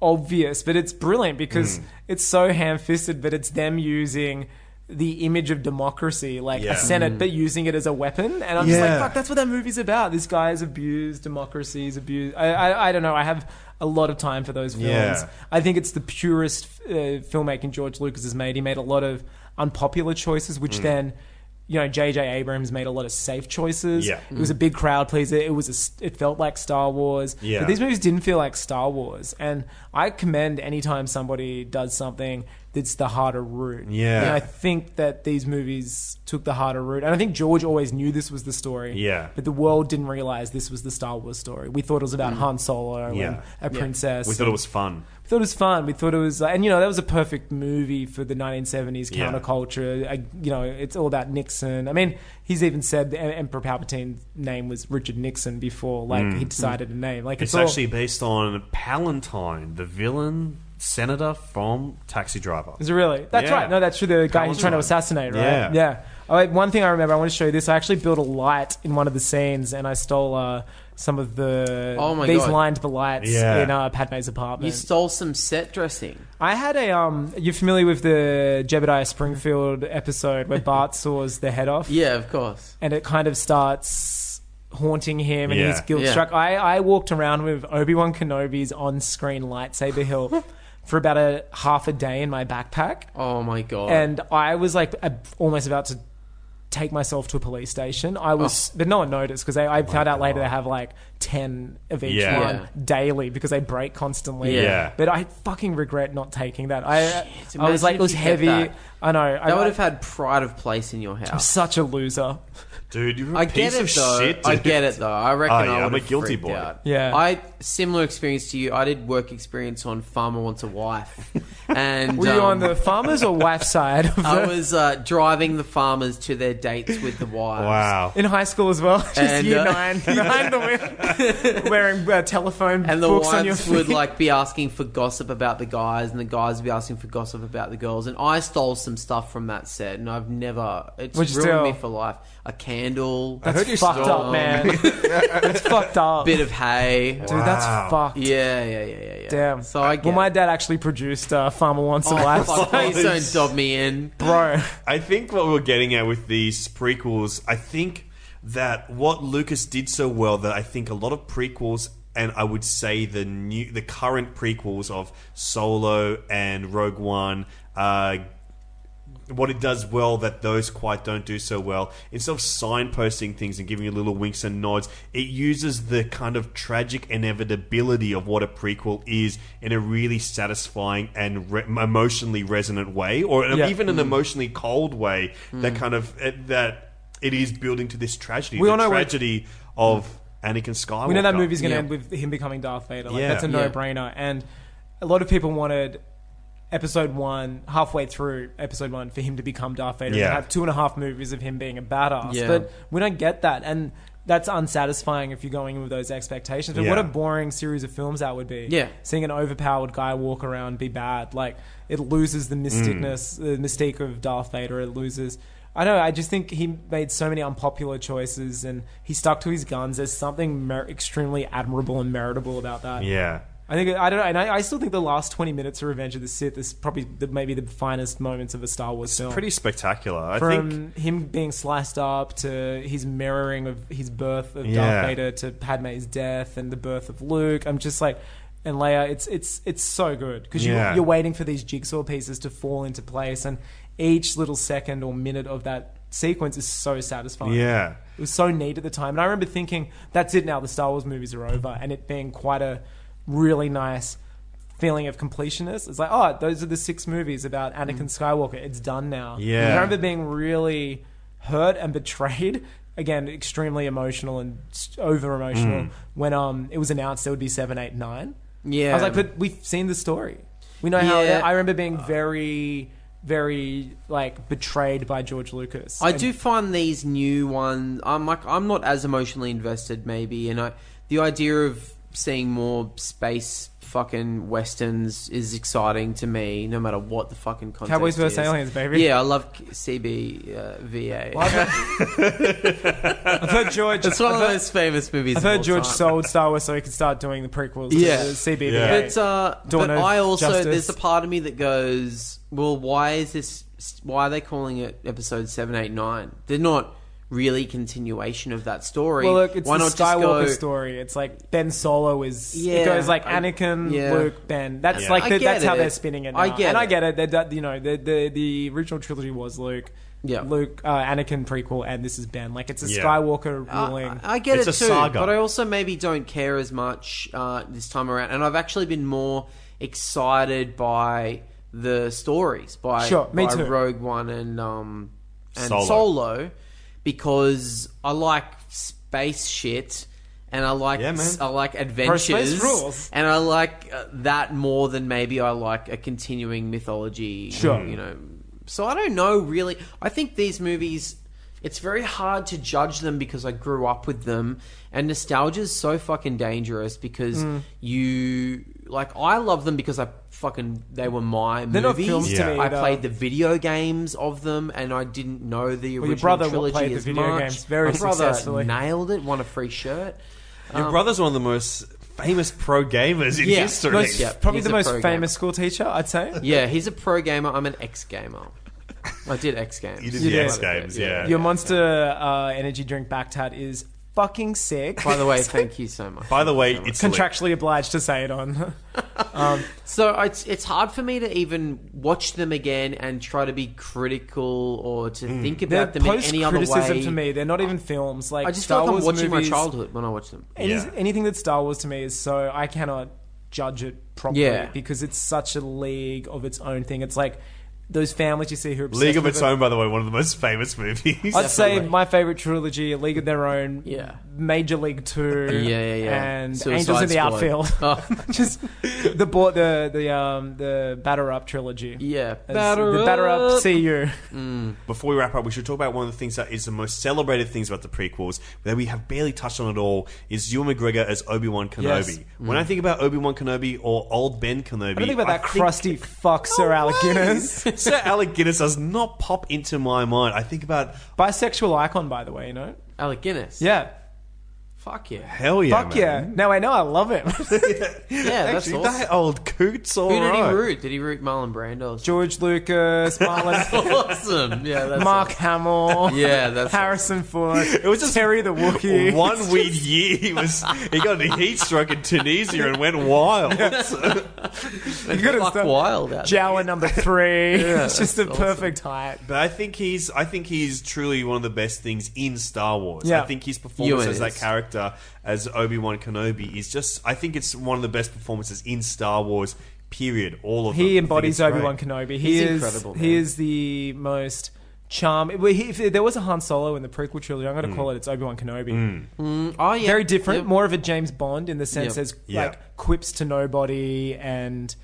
obvious, but it's brilliant
Mm.
because it's so ham-fisted, but it's them using. The image of democracy, like
Yeah.
a senate, but using it as a weapon, and I'm just
Yeah.
like, fuck, that's what that movie's about. This guy's abused, democracy's abused. I, I, I don't know. I have a lot of time for those films.
Yeah.
I think it's the purest uh, filmmaking George Lucas has made. He made a lot of unpopular choices,
Mm.
which then, you know, J.J. Abrams made a lot of safe choices.
Yeah.
It was a big crowd pleaser. It was a, s- it felt like Star Wars.
Yeah.
But these movies didn't feel like Star Wars, and I commend anytime somebody does something that's the harder route.
Yeah.
And I think that these movies took the harder route, and I think George always knew this was the story.
Yeah.
But the world didn't realize this was the Star Wars story. We thought it was about Han Solo
Mm. Yeah.
and a princess.
We thought it was fun.
We thought it was fun. We thought it was, and you know, that was a perfect movie for the 1970s
Yeah.
counterculture. I, you know, it's all about Nixon. I mean, he's even said the Em- Emperor Palpatine's name was Richard Nixon before, like he decided a name. Like
Mm-hmm. It's
it's, all-
actually based on Palantine, the villain senator from Taxi Driver.
Is it really? That's
Yeah.
right. No, that's true. The guy
Palantine.
he's trying to assassinate, right?
Yeah.
Yeah. All right, one thing I remember, I want to show you this. I actually built a light in one of the scenes, and I stole uh, some of the
Oh my
these
God.
lined the lights
Yeah.
in uh, Padme's apartment.
You stole some set dressing.
I had a um. You're familiar with the Jebediah Springfield episode where Bart saws the head off,
Yeah, of course.
and it kind of starts haunting him, and
Yeah.
he's guilt struck. I I walked around with Obi Wan Kenobi's on screen lightsaber hilt for about a half a day in my backpack,
Oh my god.
and I was like a- almost about to take myself to a police station. I was,
Oh.
but no one noticed because I, I found out later they have like ten of each
Yeah.
one
Yeah.
daily because they break constantly.
Yeah.
Yeah.
But I fucking regret not taking that. I
Shit,
I was like
imagine
it was
if you
heavy.
get that.
I know. I
that would have had pride of place in your house.
such a loser.
Dude, you're a
I
piece
get it
of
though.
shit.
I
dude.
get it though. I reckon
Oh, yeah,
I
I'm
would
a guilty boy.
Out.
Yeah.
I similar experience to you. I did work experience on Farmer Wants a Wife, and
Were you
um,
on the farmers or wife side? Of
I
the-
was uh, driving the farmers to their dates with the wives.
Wow.
in high school as well. Just
And,
year
uh,
nine behind the wheel, wearing uh, telephone
And the
books on your
wives
feet.
would like be asking for gossip about the guys, and the guys would be asking for gossip about the girls. And I stole some stuff from that set, and I've never it's
What'd you
ruined me
steal?
for life. A candle,
That's fucked up, man. That's fucked up.
bit of hay.
Dude, that's
Wow.
fucked.
Yeah, yeah, yeah, yeah, yeah.
Damn.
So I get
well, my
it.
dad actually produced uh, Farmer Wants a
Oh,
Wife,
fuck, please don't dob me in.
bro.
I think what we're getting at with these prequels, I think that what Lucas did so well that I think a lot of prequels and I would say the new the current prequels of Solo and Rogue One uh what it does well that those quite don't do so well, instead of signposting things and giving you little winks and nods, it uses the kind of tragic inevitability of what a prequel is in a really satisfying and re- emotionally resonant way, or
Yeah. Mm.
even an emotionally cold way that kind of eh, that it is building to this tragedy.
We
the
all know what-
tragedy of Anakin Skywalker.
We know that movie's going to
Yeah.
end with him becoming Darth Vader. Like
Yeah.
that's a
Yeah.
no-brainer. And a lot of people wanted episode one halfway through episode one for him to become Darth Vader
Yeah.
and have two and a half movies of him being a badass.
Yeah.
But we don't get that, and that's unsatisfying if you're going in with those expectations. But what
Yeah.
a boring series of films that would be.
Yeah.
seeing an overpowered guy walk around be bad, like it loses the
Mm.
mysticness, the mystique of Darth Vader. It loses. I don't know. I just think he made so many unpopular choices, and he stuck to his guns. There's something mer- extremely admirable and meritable about that.
Yeah.
I think I don't know, and I, I still think the last twenty minutes of Revenge of the Sith is probably the, maybe the finest moments of a Star Wars film.
Pretty spectacular. I
from
think
him being sliced up to his mirroring of his birth of
Yeah.
Darth Vader to Padme's death and the birth of Luke. I'm just like, and Leia, it's it's it's so good because
Yeah.
you, you're waiting for these jigsaw pieces to fall into place, and each little second or minute of that sequence is so satisfying.
Yeah.
It was so neat at the time. And I remember thinking, that's it now, the Star Wars movies are over. And it being quite a really nice feeling of completionist. It's like, oh, those are the six movies about Anakin
Mm.
Skywalker. It's done now.
Yeah.
I remember being really hurt and betrayed. Again, extremely emotional and over emotional
Mm.
when um it was announced there would be seven, eight, nine.
Yeah.
I was like, but we've seen the story. We know how.
Yeah.
I remember being very, very like betrayed by George Lucas.
I
And-
do find these new ones. I'm like, I'm not as emotionally invested, maybe, and I the idea of seeing more space fucking westerns is exciting to me, no matter what the fucking context.
Cowboys vs.
is.
Aliens, baby.
Yeah, I love CB uh, VA.
Well, I've I've heard George.
It's one
I've
of
heard-
those famous movies.
I've
of
heard
all
George
time.
sold Star Wars so he could start doing the prequels.
Yeah,
to CBVA.
But, uh,
Dawn
but
of
I also
Justice.
there's a part of me that goes, well, why is this? Why are they calling it episode seven, eight, nine? They're not really continuation of that story.
Well, look, it's
why
the
not just go?
Skywalker story. It's like Ben Solo is.
Yeah,
it goes like
I-
Anakin,
yeah.
Luke, Ben. That's
Yeah. I
like the,
get
that's how
it.
they're spinning it. Now.
I get
and I
it.
get it. They're done- you know, the the the original trilogy was Luke.
Yeah.
Luke, uh, Anakin prequel, and this is Ben. Like it's a
Yeah.
Skywalker
I-
ruling.
I, I get it too, but I also maybe don't care as much uh, this time around, and I've actually been more excited by the stories by,
Sure, me
by
too.
Rogue One and um and
Solo.
Solo. because I like space shit. And I like
man.
I like
Bro, space
adventures,
rules.
and I like uh, that more than maybe I like a continuing mythology.
Sure.
you know. So I don't know really. I think these movies, it's very hard to judge them because I grew up with them, and nostalgia is so fucking dangerous because
Mm.
you like I love them because I fucking they were my
They're not
movies.
films to Yeah. me
I
either.
played the video games of them, and I didn't know the original
Well, your brother
trilogy
played the
as
video
much.
games very
My brother
successfully.
nailed it, won a free shirt.
Your
Um,
brother's one of the most famous pro gamers in
Yeah.
history.
Most- yeah.
Probably
He's
the
a
most
pro
famous school teacher, I'd say.
Yeah, he's a pro gamer. I'm an X gamer. I did X games.
You did the X Games, yeah.
Oh,
Your monster uh, energy drink Bactat is fucking sick.
By the way, thank you so much.
By the way,
Thank you
it's
so much.
contractually obliged to say it on.
so it's it's hard for me to even watch them again and try to be critical or to
Mm.
think about them in any other
criticism
way.
to me. They're not even films. Like
I just
Star
feel like I'm
Wars
watching
movies,
my childhood when I watch them.
Any, Anything that's Star Wars to me is so I cannot judge it properly
Yeah.
because it's such a league of its own thing. It's like those families you see who are obsessed
League of
with
Its
it.
Own, by the way, one of the most famous movies.
I'd say my favorite trilogy, League of Their Own,
Yeah.
Major League Two,
Yeah, yeah, yeah.
and
Suicide
Angels in the
Squad. Oh.
Outfield. Just the bo- the the um the Batter Up trilogy.
Yeah,
As the Batter Up. See you.
Before we wrap up, we should talk about one of the things that is the most celebrated things about the prequels that we have barely touched on at all is Ewan McGregor as Obi Wan Kenobi.
Yes.
When
Mm.
I think about Obi Wan Kenobi or old Ben Kenobi,
I don't think about that crusty fuck, Sir Alec Guinness.
Sir Alec Guinness does not pop into my mind. I think about
Bisexual icon, by the way, you know.
Alec Guinness.
Yeah.
Fuck yeah.
hell yeah,
fuck
man.
yeah. No, I know. I love him.
Yeah, that's
Actually,
awesome.
that old coot's all
Who did
right.
he root? Did he root Marlon Brando?
George Lucas, Marlon,
awesome. Yeah, that's
Mark Hamill,
Yeah, that's
Harrison Ford. It
was just
Terry the Wookiee.
One weird year, he was he got a heat stroke in Tunisia and went wild.
You could have
fuck
done
wild out
Jawa number three.
Yeah,
it's just the
that's
perfect height.
But I think he's I think he's truly one of the best things in Star Wars.
Yeah.
I think his performance
Ewan
as
is.
that character as Obi Wan Kenobi is just I think it's one of the best performances in Star Wars. Period. All of them. I
He
think it's
embodies
great.
Obi Wan Kenobi. He
He's
is
incredible,
He
man.
is the most charm. well, he- If there was a Han Solo in the prequel trilogy, I'm
Hmm.
going to call it. It's Obi Wan Kenobi.
Mm, oh yeah,
Very different.
Yep.
More of a James Bond in the sense
Yep.
as
Yeah.
like quips to nobody and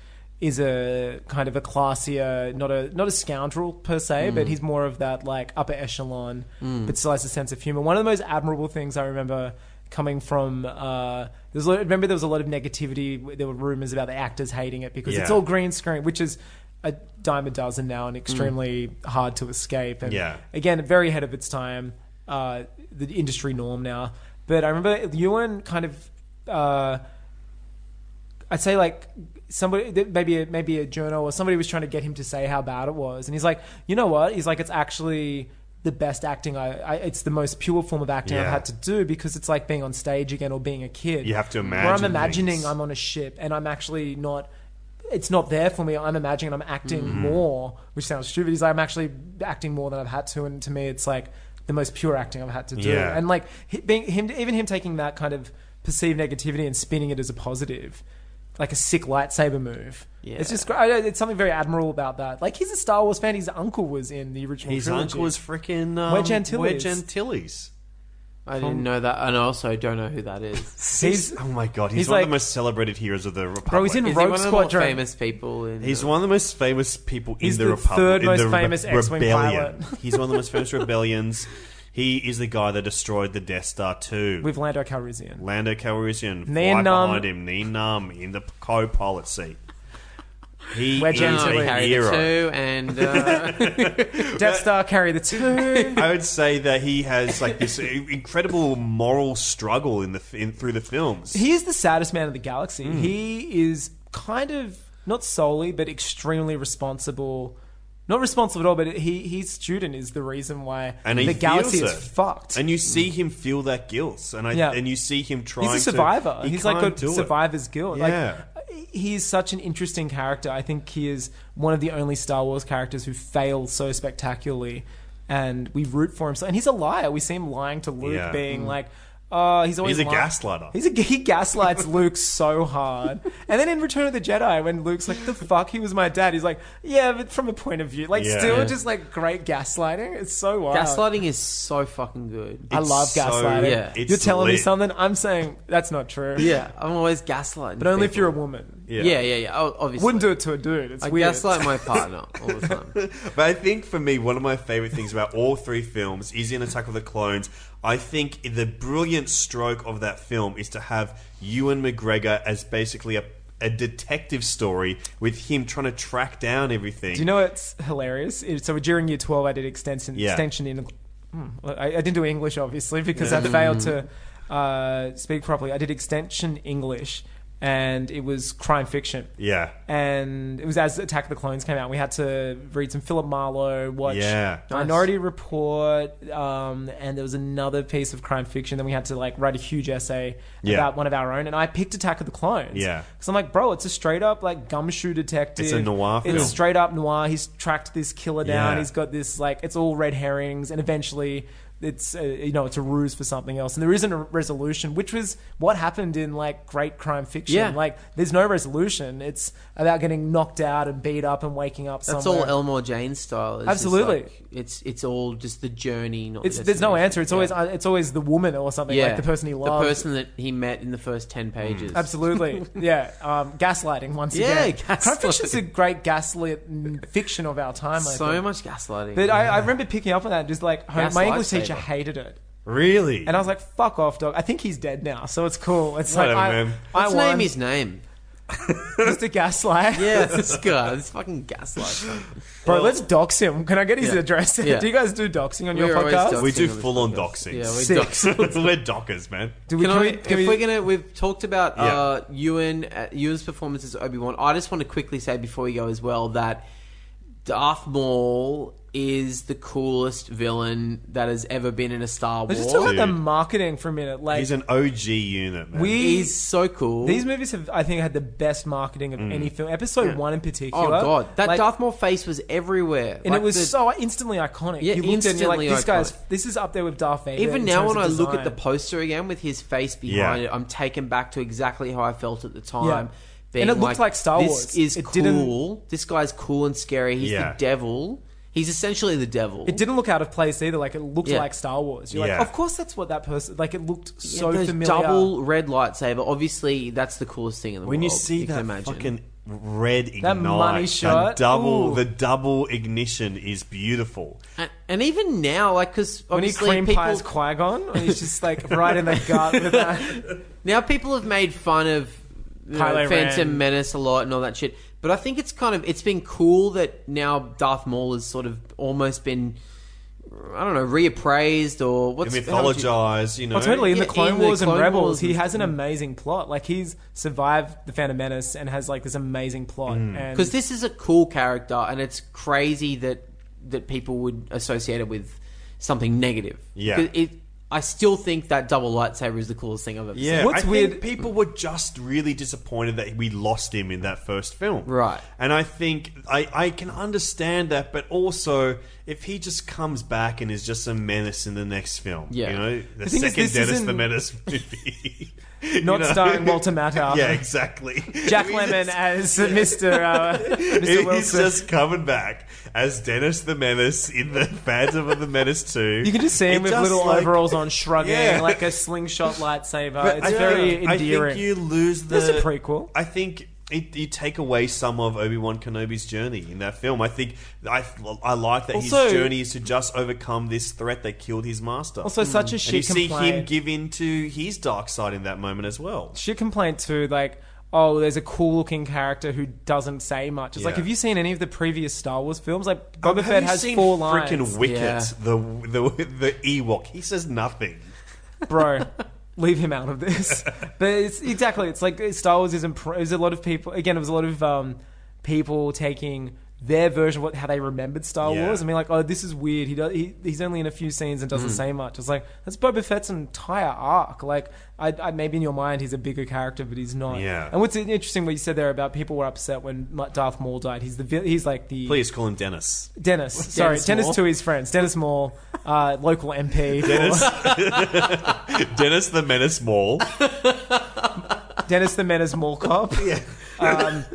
is a kind of a classier, not a not a scoundrel per se,
Mm.
but he's more of that like upper echelon, but still has a sense of humor. One of the most admirable things I remember coming from uh, there's a lot, remember there was a lot of negativity. There were rumors about the actors hating it because it's
Yeah.
all green screen, which is a dime a dozen now
Mm.
and extremely hard to escape. And
Yeah.
again, very ahead of its time, uh, the industry norm now. But I remember Ewan kind of, uh, I'd say like somebody, th- maybe a, maybe a journal or somebody was trying to get him to say how bad it was, and he's like, you know what? He's like, it's actually the best acting. I, I it's the most pure form of acting I've
Yeah.
had to do because it's like being on stage again or being a kid.
You have to
Where I'm
imagine
imagining
things.
I'm on a ship and I'm actually not. It's not there for me. I'm imagining I'm acting more, which sounds stupid. He's like, I'm actually acting more than I've had to, and to me, it's like the most pure acting I've had to do.
Yeah.
And like hi- being him, even him taking that kind of perceived negativity and spinning it as a positive like a sick lightsaber move. Yeah. It's just gr- I- it's something very admirable about that. Like he's a Star Wars fan. His uncle was in the original.
His
trilogy.
uncle was freaking um,
Wedge Antilles.
Wedge Antilles.
I didn't know that, and I also don't know who that is.
He's-
oh my god, he's,
he's
one
like-
of the most celebrated heroes of the Republic.
Bro, he's in
Is he
Rogue
one of the more
Squadron.
famous people? In
He's one of the most famous people
He's
in the,
the
Republic.
third
in
most
the
famous X-Wing
rebellion.
pilot.
he's one of the most famous rebellions. He is the guy that destroyed the Death Star too.
with Lando Calrissian.
Lando Calrissian
Nin
right
Nam.
behind him, Nin Nam in the co-pilot seat. He is
Wedge Antilles.
a
Harry the
hero.
Two and uh,
Death Star carry the two.
I would say that he has like this incredible moral struggle in the in, through the films.
he is the saddest man of the galaxy.
Hmm.
He is kind of not solely, but extremely responsible. Not responsible at all, but he his student is the reason why
and he
the galaxy
feels
is
it.
fucked.
And you see him feel that guilt, and I
Yeah.
and you see him trying.
he's a
to-
survivor.
he
he's like
can't
got
do it.
survivor's guilt.
Yeah.
Like he is such an interesting character. I think he is one of the only Star Wars characters who fails so spectacularly, and we root for him. So, and he's a liar. We see him lying to Luke,
Yeah.
being
Mm.
like. Uh, he's always
He's a
lying.
gaslighter.
He's a, he gaslights Luke so hard, and then in Return of the Jedi, when Luke's like, "The fuck, he was my dad," he's like, "Yeah, but from a point of view, like,
Yeah.
still
Yeah.
just like great gaslighting. It's so wild.
gaslighting is so fucking good.
I
It's
love
so-
gaslighting.
Yeah.
it's
You're telling me
lit.
something, I'm saying that's not true.
Yeah, I'm always gaslighting,
But only if
people.
you're a woman.
Yeah, yeah, yeah. oh, obviously,
Wouldn't do it to a dude. It's
I
weird.
gaslight my partner all the time.
But I think for me, one of my favorite things about all three films is in Attack of the Clones. I think the brilliant stroke of that film is to have Ewan McGregor as basically a, a detective story with him trying to track down everything.
Do you know what's hilarious? It- so during year 12, I did extension,
Yeah.
extension in. Hmm, well, I, I didn't do English, obviously, because I failed to
Mm-hmm.
uh, speak properly. I did extension English, and it was crime fiction.
Yeah.
And it was as Attack of the Clones came out. We had to read some Philip Marlowe, watch
Yeah.
Minority Report, um, and there was another piece of crime fiction. Then we had to like write a huge essay
Yeah.
about one of our own. And I picked Attack of the Clones.
Yeah.
Because I'm like, bro, it's a straight up like gumshoe detective.
It's a noir
It's
film.
straight up noir. He's tracked this killer down.
Yeah.
He's got this like it's all red herrings, and eventually it's uh, you know it's a ruse for something else, and there isn't a resolution, which was what happened in like great crime fiction.
Yeah.
Like there's no resolution. It's about getting knocked out and beat up and waking up.
That's
somewhere.
all Elmore Jane style. It's just
Absolutely.
like- it's it's all just the journey. Not
It's,
the
there's no
destination.
answer. It's always
Yeah.
uh, it's always the woman or something like the person he loved.
the person that he met in the first ten pages.
Absolutely, yeah. Um, gaslighting once
Yeah,
again. Crime
gaslighting.
fiction's a great gaslit mm, fiction of our time. I
so
think.
much gaslighting.
But I, I remember picking up on that and just like home,
Gas
my English
lifesaver.
teacher hated it.
Really?
And I was like, fuck off, dog. I think he's dead now, so it's cool. It's like,
Whatever,
I,
man.
I
Let's name
won
his name.
Mr. Gaslight.
Yeah, this guy, this fucking gaslight.
Bro, let's dox him. Can I get his
Yeah.
address?
Yeah.
do you guys do doxing on
We're
your
always
podcast?
doxing.
we do
Doxing on this
full on
podcast.
doxing.
Yeah, we
Sick.
dox.
We're dockers, man.
do we,
Can
can
I,
we, can
if
we-
we, are gonna, we've talked about
Yeah.
uh, Ewan uh, Ewan's performance as Obi Wan. I just want to quickly say before we go as well that Darth Maul is the coolest villain that has ever been in a Star Wars.
let's just talk about the
Dude.
marketing for a minute. Like,
He's an OG unit, man.
we,
He's so cool.
these movies have, I think, had the best marketing
Mm.
of any film. Episode one in particular.
oh god, that
Like,
Darth Maul face was everywhere,
And
Like
it was
the-
so instantly iconic.
Yeah,
you looked at it and you're like,
instantly
this guy's,
iconic.
this is up there with Darth Vader.
Even
in
now,
terms
when
of
I look at the
design.
poster again with his face behind
Yeah.
it, I'm taken back to exactly how I felt at the time.
Yeah. And it looked like Star
this
Wars.
Is
It didn't-
cool. This guy's cool and scary. He's
Yeah.
the devil. He's essentially the devil.
It didn't look out of place either. Like it looked
Yeah.
like Star Wars. You're
Yeah.
like, of course that's what that person. Like it looked
Yeah,
so
those
familiar.
double red lightsaber. Obviously, that's the coolest thing in the
when
world.
you see
can
that
imagine.
fucking red ignite,
money
the
shot.
double
Ooh.
the double ignition is beautiful.
and, and even now, like because
when he
obviously
cream
people
pies Qui Gon, and he's just like right in the gut with that.
Now people have made fun of you know,
Kylo
Phantom
Ren.
Menace a lot and all that shit, but I think it's kind of it's been cool that now Darth Maul has sort of almost been I don't know reappraised or what's
and
how would you-
mythologize, you know.
Well, Oh, totally in
Yeah,
the Clone
in the
Wars
Clone
and Rebels,
Wars
he
and-
has
mm.
an amazing plot. Like he's survived the Phantom Menace and has like this amazing plot.
Mm.
And
because this is a cool character and it's crazy that that people would associate it with something negative.
Yeah.
'Cause It, I still think that double lightsaber is the coolest thing I've ever seen.
Yeah,
What's
I
weird-
Think people were just really disappointed that we lost him in that first film,
Right.
And I think I, I can understand that, but also if he just comes back and is just a menace in the next film,
Yeah.
you know, the
thing is,
second
this
Dennis
isn't-
the Menace movie.
not
know?
starring Walter Matthau.
Yeah, exactly.
Jack Lemmon as Mr. Uh, Mr.
He's
Wilson.
just coming back as Dennis the Menace in the Phantom of the Menace 2.
you can just see him
It
with
just,
little
like-
overalls on, shrugging
Yeah.
like a slingshot lightsaber.
But
Uh, it's
I think-
very endearing.
I think you lose the.
This is a prequel.
I think it, you take away some of Obi Wan Kenobi's journey in that film. I think I I like that
Also-
his journey is to just overcome this threat that killed his master.
Also, such a
And
shit
You see him
complaint.
give in to his dark side in that moment as well.
She complained too, like, oh, there's a cool looking character who doesn't say much. It's like,
Yeah.
have you seen any of the previous Star Wars films? Like, Boba
Um, have
Fett
you
has
seen
four lines.
Freaking Wicket,
Yeah.
the the the Ewok. He says nothing.
bro. Leave him out of this. But it's exactly. It's like Star Wars isn't. It was a lot of people. Again, it was a lot of um, people taking their version of what, how they remembered Star
Yeah.
Wars. I mean, like, oh, this is weird. He, does, he he's only in a few scenes and doesn't
Mm.
say much. It's like that's Boba Fett's entire arc. Like, I, I maybe in your mind he's a bigger character, but he's not.
Yeah.
And what's interesting what you said there about people were upset when Darth Maul died. He's the vil- he's like the
Please call him Dennis.
Dennis. Sorry,
Dennis
Dennis
Maul.
to his friends. Dennis Maul, uh, local MP. for-
Dennis. Dennis the Menace Mall.
Dennis the Menace Mall Cop. Yeah. Um,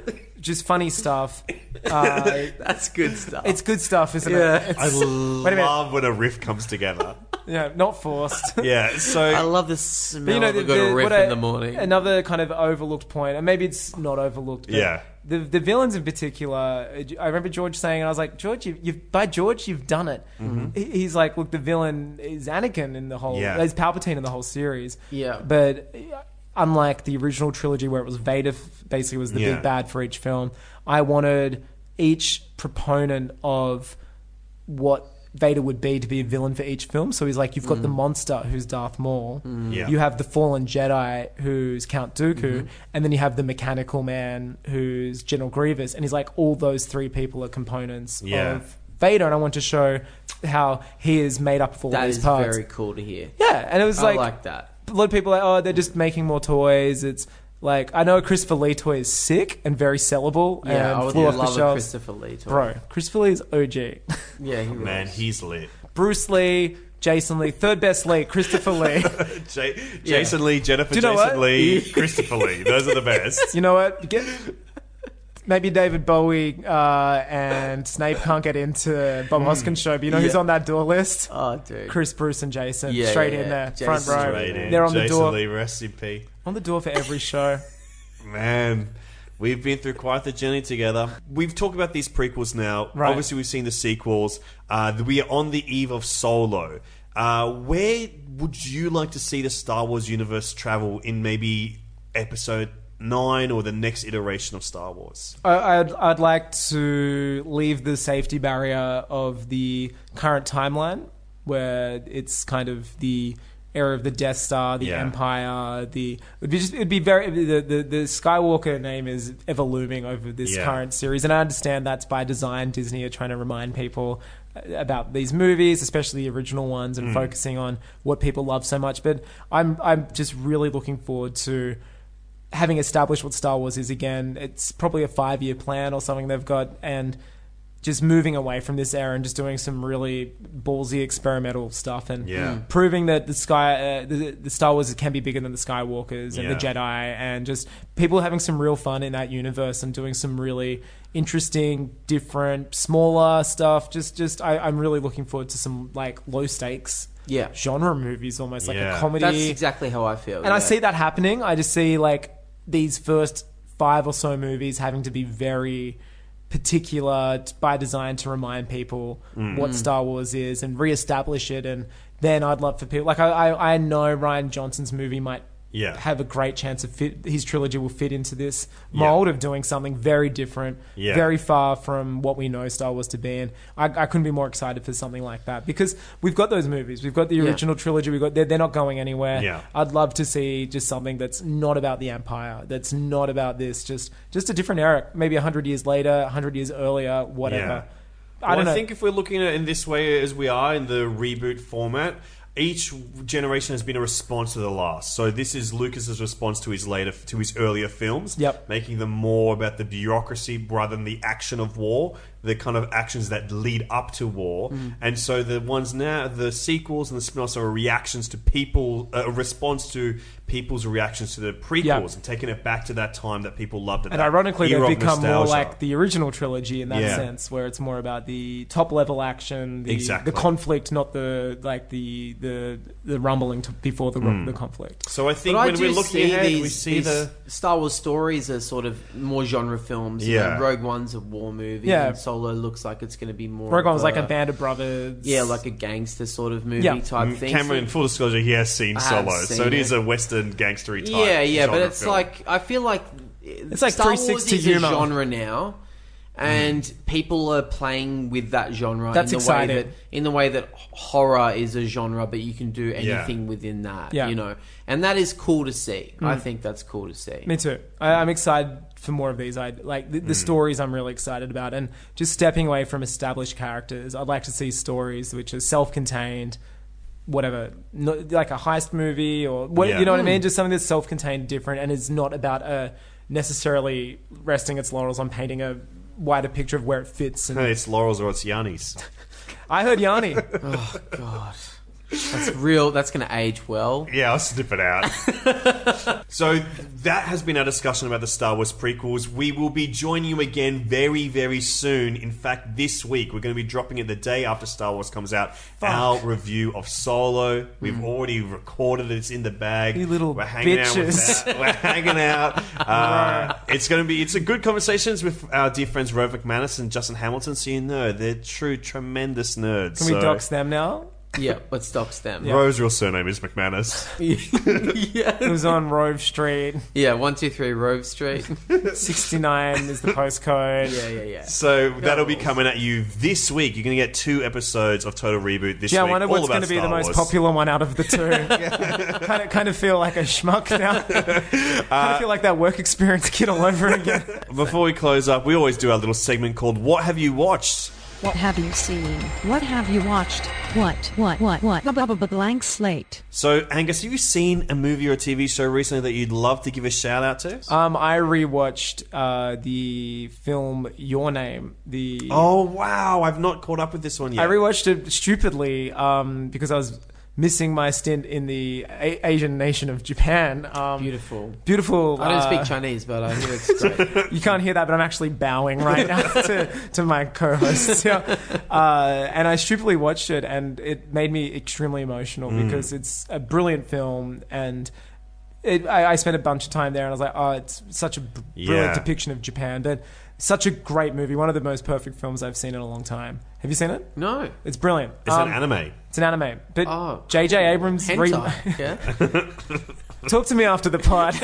just funny stuff. Uh,
That's good stuff.
it's good stuff, isn't
Yeah.
it? It's,
I love
minute.
when a riff comes together.
yeah, not forced.
Yeah,
I
so
love the
But
smell
you know,
of
the,
a good
the-
rip
what I-
in the morning.
Another kind of overlooked point, and maybe it's not overlooked. But
Yeah.
The, the villains in particular, uh, I remember George saying, and I was like, George, you, you've by George, you've done it. He, he's like, look, the villain is Anakin in the whole,
Mm-hmm. Yeah.
there's Palpatine in the whole series.
Yeah.
But uh, unlike the original trilogy where it was Vader f- basically was the
Yeah.
big bad for each film, I wanted each proponent of what Vader would be to be a villain for each film. So he's like, you've got the
Mm.
monster who's Darth Maul.
Yeah.
You have the fallen Jedi who's Count Dooku,
Mm-hmm.
and then you have the mechanical man who's General Grievous, and he's like, all those three people are components
Yeah.
of Vader, and I want to show how he is made up of all
that
these
is
parts.
very cool to hear.
yeah, and it was
I
like,
like that.
a lot of people are like, oh, they're just making more toys. It's like I know Christopher Lee toy is sick and very sellable
Yeah,
and
I would
flew off
love
the
a
shelves.
Christopher Lee toy.
Bro, Christopher Lee is OG.
Yeah, he
man,
rules.
he's lit.
Bruce Lee, Jason Lee, third best Lee, Christopher Lee.
J- Jason Lee, Jennifer
Do you know
Jason
what?
Lee, Christopher Lee. Those are the best.
You know what? Get, maybe David Bowie uh, and Snape can't get into Bob Hoskins' show, but you know who's
Hmm. Yeah.
on that door list?
Oh, dude.
Chris, Bruce, and Jason.
Yeah,
straight
yeah,
in
yeah.
there, front
Jason's
row.
Straight in.
They're on the
Jason
door,
Lee, rest in peace.
on the door for every show.
Man, we've been through quite the journey together. We've talked about these prequels now.
Right.
Obviously, we've seen the sequels. Uh, we are on the eve of Solo. Uh, where would you like to see the Star Wars universe travel in maybe episode nine or the next iteration of Star Wars?
I- I'd, I'd like to leave the safety barrier of the current timeline, where it's kind of the era of the Death Star, the
Yeah.
Empire, the it'd be just it'd be very the, the the Skywalker name is ever looming over this
Yeah.
current series, and I understand that's by design. Disney are trying to remind people uh, about these movies, especially the original ones,
Mm.
and focusing on what people love so much. But I'm I'm just really looking forward to having established what Star Wars is again, it's probably a five year plan or something they've got, and just moving away from this era and just doing some really ballsy experimental stuff and
Yeah. Mm.
proving that the sky, uh, the, the Star Wars can be bigger than the Skywalkers and the
Yeah.
Jedi, and just people having some real fun in that universe and doing some really interesting, different, smaller stuff. Just, just I, I'm really looking forward to some like low stakes.
Yeah.
genre movies almost like
Yeah.
a comedy.
That's exactly how I feel.
And I see that happening. I just see like these first five or so movies having to be very particular t- by design to remind people
Mm.
what Star Wars is and reestablish it. And then I'd love for people like I, I, I know Ryan Johnson's movie might.
Yeah.
Have a great chance of fit. His trilogy will fit into this mold of doing something very different,
Yeah.
very far from what we know Star Wars to be. And I, I couldn't be more excited for something like that because we've got those movies. We've got the
Yeah.
original trilogy. We've got they're, they're not going anywhere.
Yeah.
I'd love to see just something that's not about the empire, that's not about this, just just a different era, maybe hundred years later, hundred years earlier, whatever. I
Well,
don't know.
think if we're looking at it in this way as we are in the reboot format, each generation has been a response to the last. So this is Lucas's response to his later to his earlier films,
Yep.
making them more about the bureaucracy rather than the action of war. the kind of actions that lead up to war,
Mm.
and so the ones now, the sequels and the spin-offs are reactions to people, uh, a response to people's reactions to the prequels,
Yeah.
and taking it back to that time that people loved it.
And
that
ironically,
era
they've
of
become more
nostalgia.
like the original trilogy in that
Yeah.
sense, where it's more about the top level action, the,
Exactly.
the conflict, not the like the the the rumbling to, before the
Mm.
the conflict.
So I think
But
when
do
we're looking
see
ahead, we
these-
see
these
the-
Star Wars stories are sort of more genre films. You
Yeah.
know, Rogue One's a war movie.
Yeah.
and Solo looks like it's going to be more.
Rogue
of
One was like a band of brothers.
Yeah, like a gangster sort of movie
Yeah.
type
Mm,
thing.
Cameron, full disclosure, he has seen
I have
Solo, so
seen
it is
it.
a Western gangstery type.
Yeah, yeah, but
genre
it's
film.
like I feel like it's
like
Star Wars
360
is
humor. Mm.
a genre now, and people are playing with that genre.
That's
in the
exciting.
Way that, in the way that horror is a genre, but you can do
Yeah.
anything within that.
Yeah.
you know, and that is cool to see. I
Mm.
think that's cool to see.
Me too. I, I'm excited for more of these. I like the, the
Mm.
stories. I'm really excited about, and just stepping away from established characters. I'd like to see stories which are self-contained, whatever, no like a heist movie or what.
Yeah.
You know what I
Mm.
mean? Just something that's self-contained, different, and is not about uh, necessarily resting its laurels on painting a wider picture of where it fits. And
Hey, it's Laurels or it's Yanni's.
I heard Yanni.
oh God, that's real. That's going to age well.
Yeah, I'll snip it out. so that has been our discussion about the Star Wars prequels. We will be joining you again very, very soon. In fact, this week we're going to be dropping it the day after Star Wars comes out. Our review of Solo. We've already recorded it. It's in the bag. You little we're hanging
bitches.
Out with that. We're hanging out. Uh, it's going to be. It's a good conversations with our dear friends Rove McManus and Justin Hamilton. So you know they're true tremendous nerds.
Can
So-
we dox them now?
Yeah, let's dox them.
Rove's real surname is McManus.
It was on Rove Street.
Yeah, one two three Rove Street.
69 is the postcode.
Yeah, yeah, yeah.
So that'll be coming at you this week. You're going to get two episodes of Total Reboot this
yeah,
week.
I wonder
all
what's
about
going to be the
Star
most
Wars.
popular one out of the two. kind of, kind of feel like a schmuck now. kind of feel like that work experience kid all over again.
Before we close up, we always do our little segment called "What Have You Watched."
What have you seen? What have you watched? What, what, what, what? Blah, blah, blah, blah, blank slate.
So Angus, have you seen a movie or a TV show recently that you'd love to give a shout out to?
Um, I rewatched uh, the film Your Name. The
Oh wow, I've not caught up with this one yet.
I rewatched it stupidly um, because I was missing my stint in the a- Asian nation of Japan. Um,
beautiful,
beautiful.
I don't
uh,
speak Chinese, but I hear it's great.
you can't hear that, but I'm actually bowing right now to, to my co-hosts. Yeah. Uh, and I stupidly watched it, and it made me extremely emotional
Mm.
because it's a brilliant film, and it, I, I spent a bunch of time there, and I was like, oh, it's such a br- brilliant
Yeah.
depiction of Japan, but such a great movie, one of the most perfect films I've seen in a long time. Have you seen it?
No,
it's brilliant. Um,
It's an anime.
It's an anime, but J.J. Abrams re-
Hentai, yeah.
Talk to me after the pod.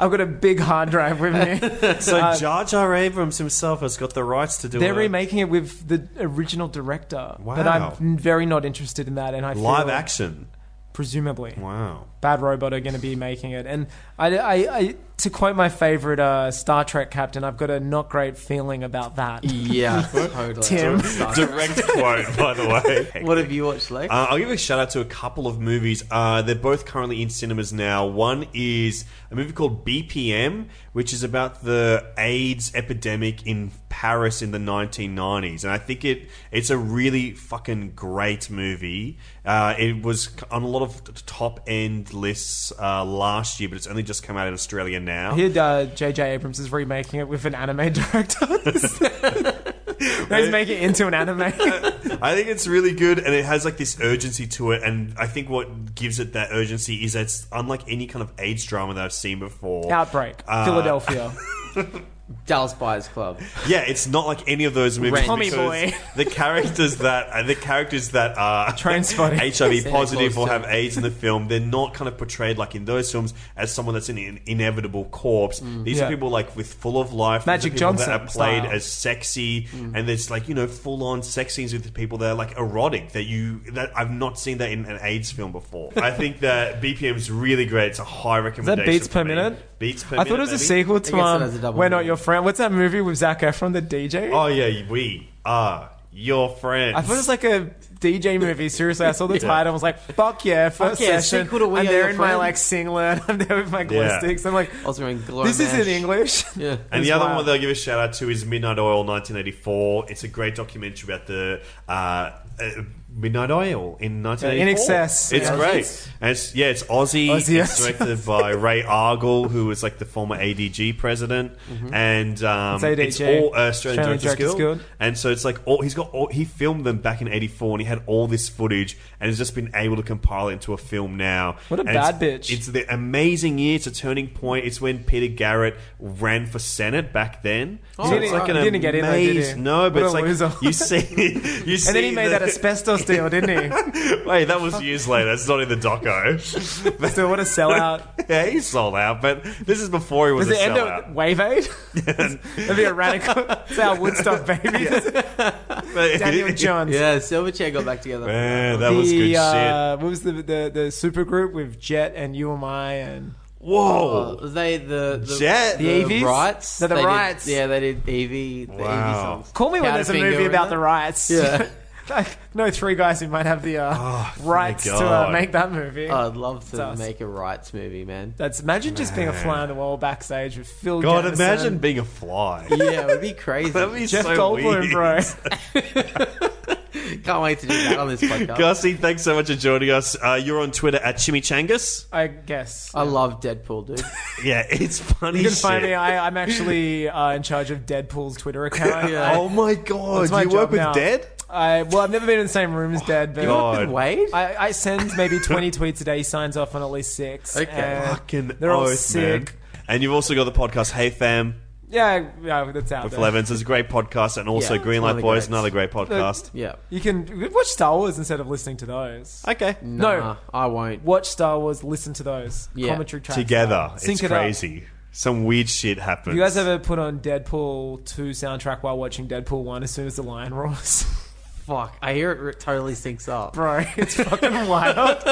I've got a big hard drive with me.
so
Uh,
Jar Jar Abrams himself has got the rights to do
They're
a
remaking it with the original director. But
Wow.
I'm very not interested in that. And I feel
live action.
Presumably.
Wow.
Bad Robot are going to be making it. And I, I, I, to quote my favorite uh, Star Trek captain, I've got a not great feeling about that.
E-
Yeah, totally.
Tim.
Direct quote, by the way.
What have you watched, Lake?
Uh, I'll give a shout out to a couple of movies. Uh, they're both currently in cinemas now. One is a movie called BPM, which is about the AIDS epidemic in Paris in the 1990s, and I think it it's a really fucking great movie. Uh, it was on a lot of top end lists uh, last year, but it's only just come out in Australia now.
I heard uh, J.J. Abrams is remaking it with an anime director. He's making it into an anime.
I think it's really good, and it has like this urgency to it. And I think what gives it that urgency is that it's unlike any kind of age drama that I've seen before.
Outbreak,
Uh,
Philadelphia.
Dallas Buyers Club.
Yeah, it's not like any of those movies.
Rent. Tommy
because
Boy.
The characters that uh, the characters that are
Trainspotting.
HIV positive or
Close
have AIDS in the film, they're not kind of portrayed like in those films as someone that's an in- inevitable corpse. These
Mm. Yeah.
are people like with full of life. These are
Magic
people that
Johnson
are played
style. Mm.
as sexy, and there's like you know full on sex scenes with people that are like erotic that you that I've not seen that in an AIDS film before. I think that BPM is really great. It's a high
Is that
recommendation.
beats per
for me.
minute?
Beats per
I thought
minute,
it was a
baby.
sequel to um, We're Not Your Friend. What's that movie with Zac Efron, the DJ?
Oh yeah, we are your friends.
I thought it was like a DJ movie. Seriously, I saw the
Yeah.
title. I was like, "Fuck yeah!" First
yeah,
session.
sequel to We
I'm
Are
there
Your
in my
Friends.
like singlet. I'm there with my glow
Yeah.
sticks. I'm like,
I was wearing glow
"This is
mash.
in English."
Yeah.
And
It's
the other
wild.
one they'll give a shout out to is Midnight Oil 1984. It's a great documentary about the uh, uh, Midnight Oil in 1984.
In Excess.
It's
Yeah.
great. And it's, yeah, it's Aussie.
Aussie, yes.
it's directed by Ray Argyle, who was like the former ADG president. And um,
Mm-hmm. It's
it's
ADG,
all uh, Australian,
Australian
Directors,
Directors
Guild.
Guild.
And so it's like all he's got. All, he filmed them back in '84, and he had all this footage, and has just been able to compile it into a film now.
What a
And
bad
it's-
bitch.
It's the amazing year. It's a turning point. It's when Peter Garrett ran for Senate back then.
Oh,
so it's
he
like an
didn't- he didn't get in though, did he?
amazing- No, but
What a
it's like
loser.
you see, you see.
And then he made
the-
that asbestos deal, didn't he?
Wait, that was years later. It's not in the doco.
Still, what a sellout.
yeah, he sold out, but this is before he was
Does it
a
end
sellout.
up Wave Aid? That'd be a radical. It's our Woodstock baby.
But-
Daniel Johns.
Yeah, Silverchair got back together.
Man, that was
the,
good shit.
uh, What was the the, the super with Jet and UMI and
Whoa.
Uh, they the, the
Jet?
the,
The EVs?
riots.
They're the
They did-
riots.
yeah, they did EV. The EV
Wow.
songs.
Call me when
Powderfinger
there's a
were
movie
in
about
there.
the riots.
Yeah.
like no three guys who might have the uh, rights to uh,
Oh, God. Uh,
make that movie.
Oh, I'd love to
us.
make a rights movie, man.
That's imagine just being a fly on the wall backstage with Phil.
God,
Jameson,
imagine being a fly.
Yeah, it would be crazy.
That'd be
Jeff
so
Goldblum,
weird.
bro.
Can't wait to do that on this podcast.
Gussie, thanks so much for joining us. Uh, you're on Twitter at Chimichangas.
I guess.
I love Deadpool, dude.
Yeah, it's funny.
you can
Uh, shit.
find me. I, I'm actually uh, in charge of Deadpool's Twitter account. I-
Oh my
That's
god,
my
you work
job
with
now.
Dead?
I well, I've never been in the same room as
Oh,
Dad, but
You work
Fucking Wade?
I, I send maybe 20 tweets a day. He signs off on at least six.
Okay.
and
Fucking
They're all
oath,
sick.
man. And you've also got the podcast Hey Fam
Yeah, yeah, that's out
with
there.
Levins. It's a great podcast, and also
Yeah, it's one of
Greenlight
the
Boys,
greats.
another great podcast.
Yeah.
You can watch Star Wars instead of listening to those.
Okay,
No.
Nah, I won't.
Watch Star Wars, listen to those
Yeah.
commentary tracks.
together,
Sync
it's
it up.
crazy. Some weird shit happens.
Have you guys ever put on Deadpool 2 soundtrack while watching Deadpool 1 as soon as the lion roars?
Fuck, I hear it, it totally syncs up.
Bro, it's fucking wild.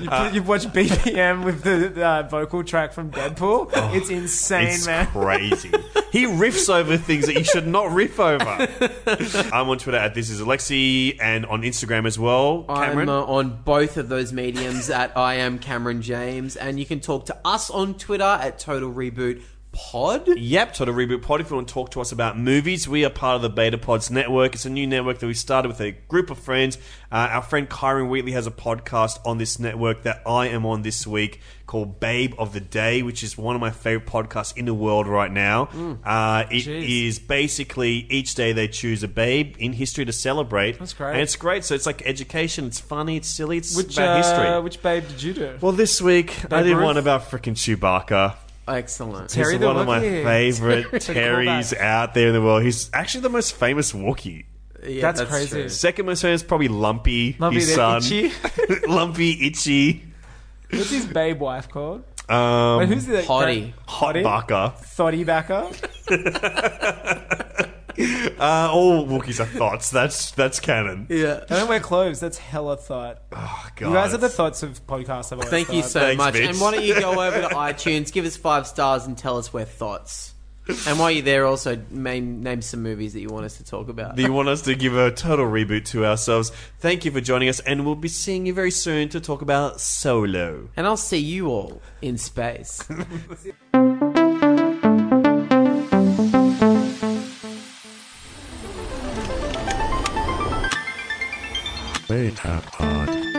You, put, you watch BPM with the uh, vocal track from Deadpool. it's insane,
Oh, It's
man.
crazy. he riffs over things that you should not riff over. I'm on Twitter at this is Alexi and on Instagram as well. Cameron,
I'm uh, on both of those mediums at I am Cameron James, and you can talk to us on Twitter at Total Reboot Pod.
Yep, Total Reboot Pod. If you want to talk to us about movies, we are part of the Beta Pods Network. It's a new network that we started with a group of friends. Uh, our friend Kyron Wheatley has a podcast on this network that I am on this week called Babe of the Day, which is one of my favorite podcasts in the world right now.
Mm.
Uh, it is basically each day they choose a babe in history to celebrate.
That's great.
And it's great. So it's like education. It's funny. It's silly. It's
Which,
about history.
uh, which babe did you do?
well, this week I did
Ruth?
one about freaking Chewbacca.
Excellent.
Terry
He's
the
one of my
Wookiee.
favorite
Good
Terrys
callback.
out there in the world. He's actually the most famous Wookiee.
Yeah,
That's crazy.
Second most famous, probably Lumpy.
Lumpy
his
the
son.
Itchy.
Lumpy, Itchy.
What's his babe wife called?
Um,
Wait, who's the
Hottie.
Hot
Hottie?
Barker.
Thotty backer?
Uh, all Wookiees are thoughts. That's that's canon.
Yeah.
I don't wear clothes. That's hella thought.
Oh, God.
you guys are the thoughts of podcasts. I've always
Thank you
thought.
so
Thanks,
much.
Vince.
And why don't you go over to iTunes, give us five stars, and tell us we're thoughts. And while you're there, also name, name some movies that you want us to talk about.
Do you want us to give a total reboot to ourselves? Thank you for joining us, and we'll be seeing you very soon to talk about Solo.
and I'll see you all in space.
Beta pod.